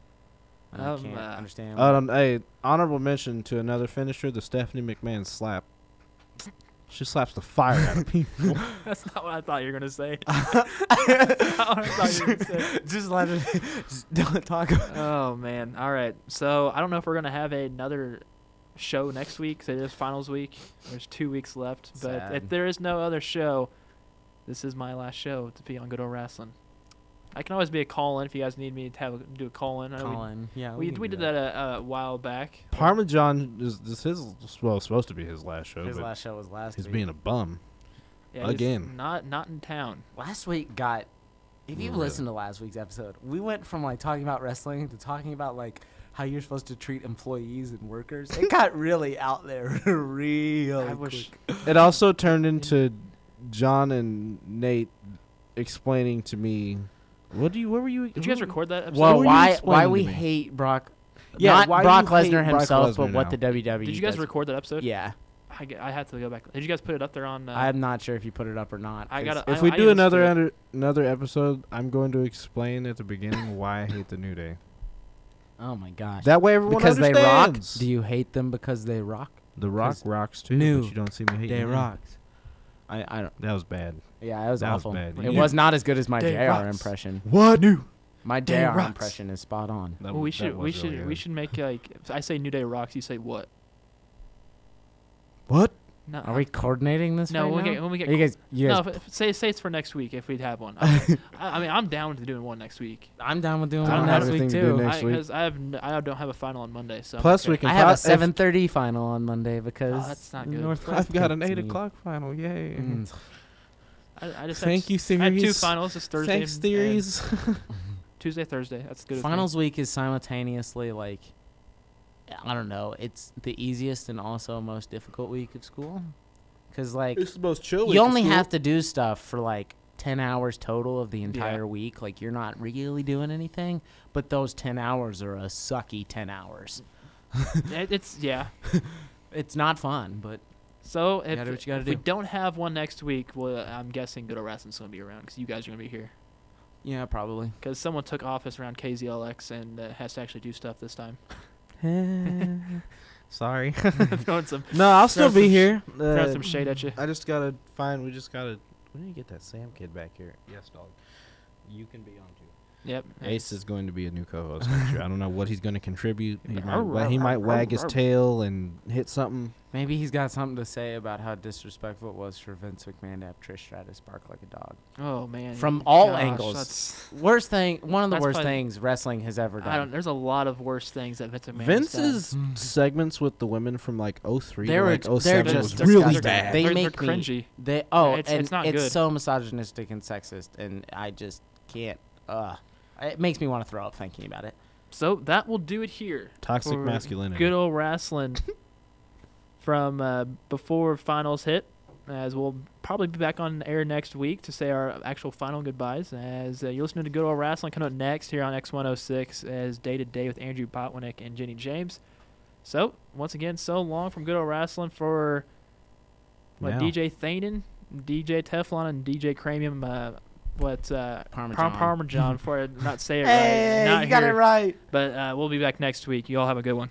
C: And
A: Um,
C: I can't
A: uh,
C: understand. why-
E: Um, hey, honorable mention to another finisher, the Stephanie McMahon slap. She slaps the fire out of people.
A: That's not what I thought you were gonna say. That's not what I thought you were gonna say.
C: just let it. Just don't talk. About
A: Oh man. All right. So I don't know if we're gonna have another show next week. 'cause it is finals week. There's two weeks left. But if
C: Sad.
A: there is no other show, this is my last show to be on Good Old Wrestling. I can always be a call in if you guys need me to have a, do a call in.
C: Colin. yeah,
A: We, we,
C: can
A: we
C: do
A: did that a, a while back.
D: Parmesan is this his well supposed to be his last show,
C: His
D: but
C: last show was last.
D: he's
C: week.
D: being a bum.
A: Yeah, he was
D: Again.
A: Not not in town.
C: last week got if you
D: Really?
C: listened to last week's episode we went from like talking about wrestling to talking about like how you're supposed to treat employees and workers it got really out there real
A: I wish.
D: It also turned into John and Nate explaining to me, "What do you? What were you?
A: Did you guys
D: who-
A: record that? Episode?
D: Well,
C: well
D: were you
C: why why
D: explaining
C: we
D: to me?
C: hate brock
D: Yeah,
C: not
D: why do
C: brock
D: you hate
C: lesnar
D: Brock
C: himself but
D: Lesnar
C: what the
D: now?
C: wwe
A: Did you guys
C: does.
A: record that episode?
C: yeah
A: I, g- I had to go back. Did you guys put it up there on? Uh,
C: i'm not sure if you put it up or not
A: I
C: 'cause
A: gotta-
D: If we
A: I
D: do
A: understood
D: another
A: it.
D: under, another episode, I'm going to explain at the beginning why I hate the New Day.
C: oh my gosh
D: That way, everyone
C: because they rock
D: understands.
C: do you hate them because they rock
D: the Rock
C: 'Cause
D: rocks too,
C: New
D: but you don't see me hating.
C: they
D: him.
C: rocked i i don't
D: That was bad.
C: yeah it was
D: That was
C: awful
D: bad.
C: it
D: You-
C: was not as good as my
A: They
C: jr
A: rocks.
C: impression
D: What new?
C: My
A: Day
C: JR
A: rocks.
C: impression is spot on.
A: well, we should we should we should make like if I say New Day rocks. You say what?
D: What?
A: No.
C: Are we coordinating this?
A: No.
C: right
A: when
C: now?
A: we get when we get
C: Are you guys, you
A: no.
C: guys
A: If, if- say say it's for next week if we'd have one. I, I I mean I'm down to doing one next week.
C: I'm down with doing
D: I
A: don't
C: one
A: have
C: next week
D: anything to do
C: too.
D: next
A: I,
D: week.
A: Because I have n- I don't have a final on Monday. So I'm okay.
D: Plus
A: Ah,
D: we can.
C: I have a
D: pro- if-
C: 7:30 final on Monday because
A: that's not good.
C: Northwest
D: I've got an
C: beats
D: eight
C: me.
D: o'clock final. Yay!
C: Mm.
A: I, I just had
D: Thank
A: s-
D: you,
A: I had
D: series.
A: two finals. It's Thursday.
D: Thanks,
A: and
D: theories.
A: Tuesday, Thursday. That's good. with me.
C: Finals week is simultaneously like, I don't know. It's the easiest and also most difficult week of school, because like
E: It's the most chill.
C: you only have to do stuff for like 10 hours total of the entire
A: Yeah.
C: week like you're not really doing anything but those 10 hours are a sucky 10 hours
A: It- it's yeah.
C: it's not fun but
A: So if,
C: gotta do what you gotta
A: if we
C: do.
A: don't have one next week, well, I'm guessing Good Old Wrestling's gonna be around because you guys are gonna be here.
C: yeah probably
A: Because someone took office around KZLX and uh, has to actually do stuff this time.
D: Sorry.
A: throwing some
D: No, I'll still
A: some
D: be
A: sh-
D: here.
A: throwing
D: Uh,
A: some Mm-hmm. shade at you.
D: I just gotta find. We just gotta. We need to get that Sam kid back here. Yes, dog. You can be on too.
A: Yep.
D: Ace is going to be a new co-host. next year. I don't know what he's going to contribute. He might, wa- he
A: Arr,
D: might
A: arr,
D: wag his
A: arr.
D: tail and hit something.
C: maybe he's got something to say about how disrespectful it was for vince mcmahon to have trish stratus bark like a dog
A: Oh man.
C: From all
A: Gosh,
C: angles.
A: that's-
C: worst thing one of the
A: That's
C: worst
A: probably-
C: things wrestling has ever done
A: I don't. There's a lot of worse things that Vince McMahon. has done.
D: Vince's segments with the women from like 03
C: They
D: to
C: were-
D: like
C: they're
D: 07
A: just
D: was really
C: disgusting.
D: bad.
C: They
A: They're- they're
C: make me-
A: cringy.
C: They oh,
A: it's-
C: and
A: it's
C: it's,
A: not good.
C: so misogynistic and sexist, and I just can't. Uh, it makes me want to throw up thinking about it.
A: So that will do it here.
D: Toxic
A: for
D: masculinity.
A: Good old wrestling. from uh, before finals hit, as we'll probably be back on air next week to say our actual final goodbyes. As uh, you're listening to Good Old Wrestling coming up next here on X106 as Day to Day with Andrew Botwinick and Jenny James. So, once again, so long from Good Old Wrestling for what,
D: Now.
A: DJ Thanen, DJ Teflon, and DJ Cranium. Uh, what uh,
C: Parmesan.
A: Parm- Parmesan for not say it right.
C: Hey,
A: not
C: you got
A: here.
C: it right.
A: But uh, we'll be back next week. You all have a good one.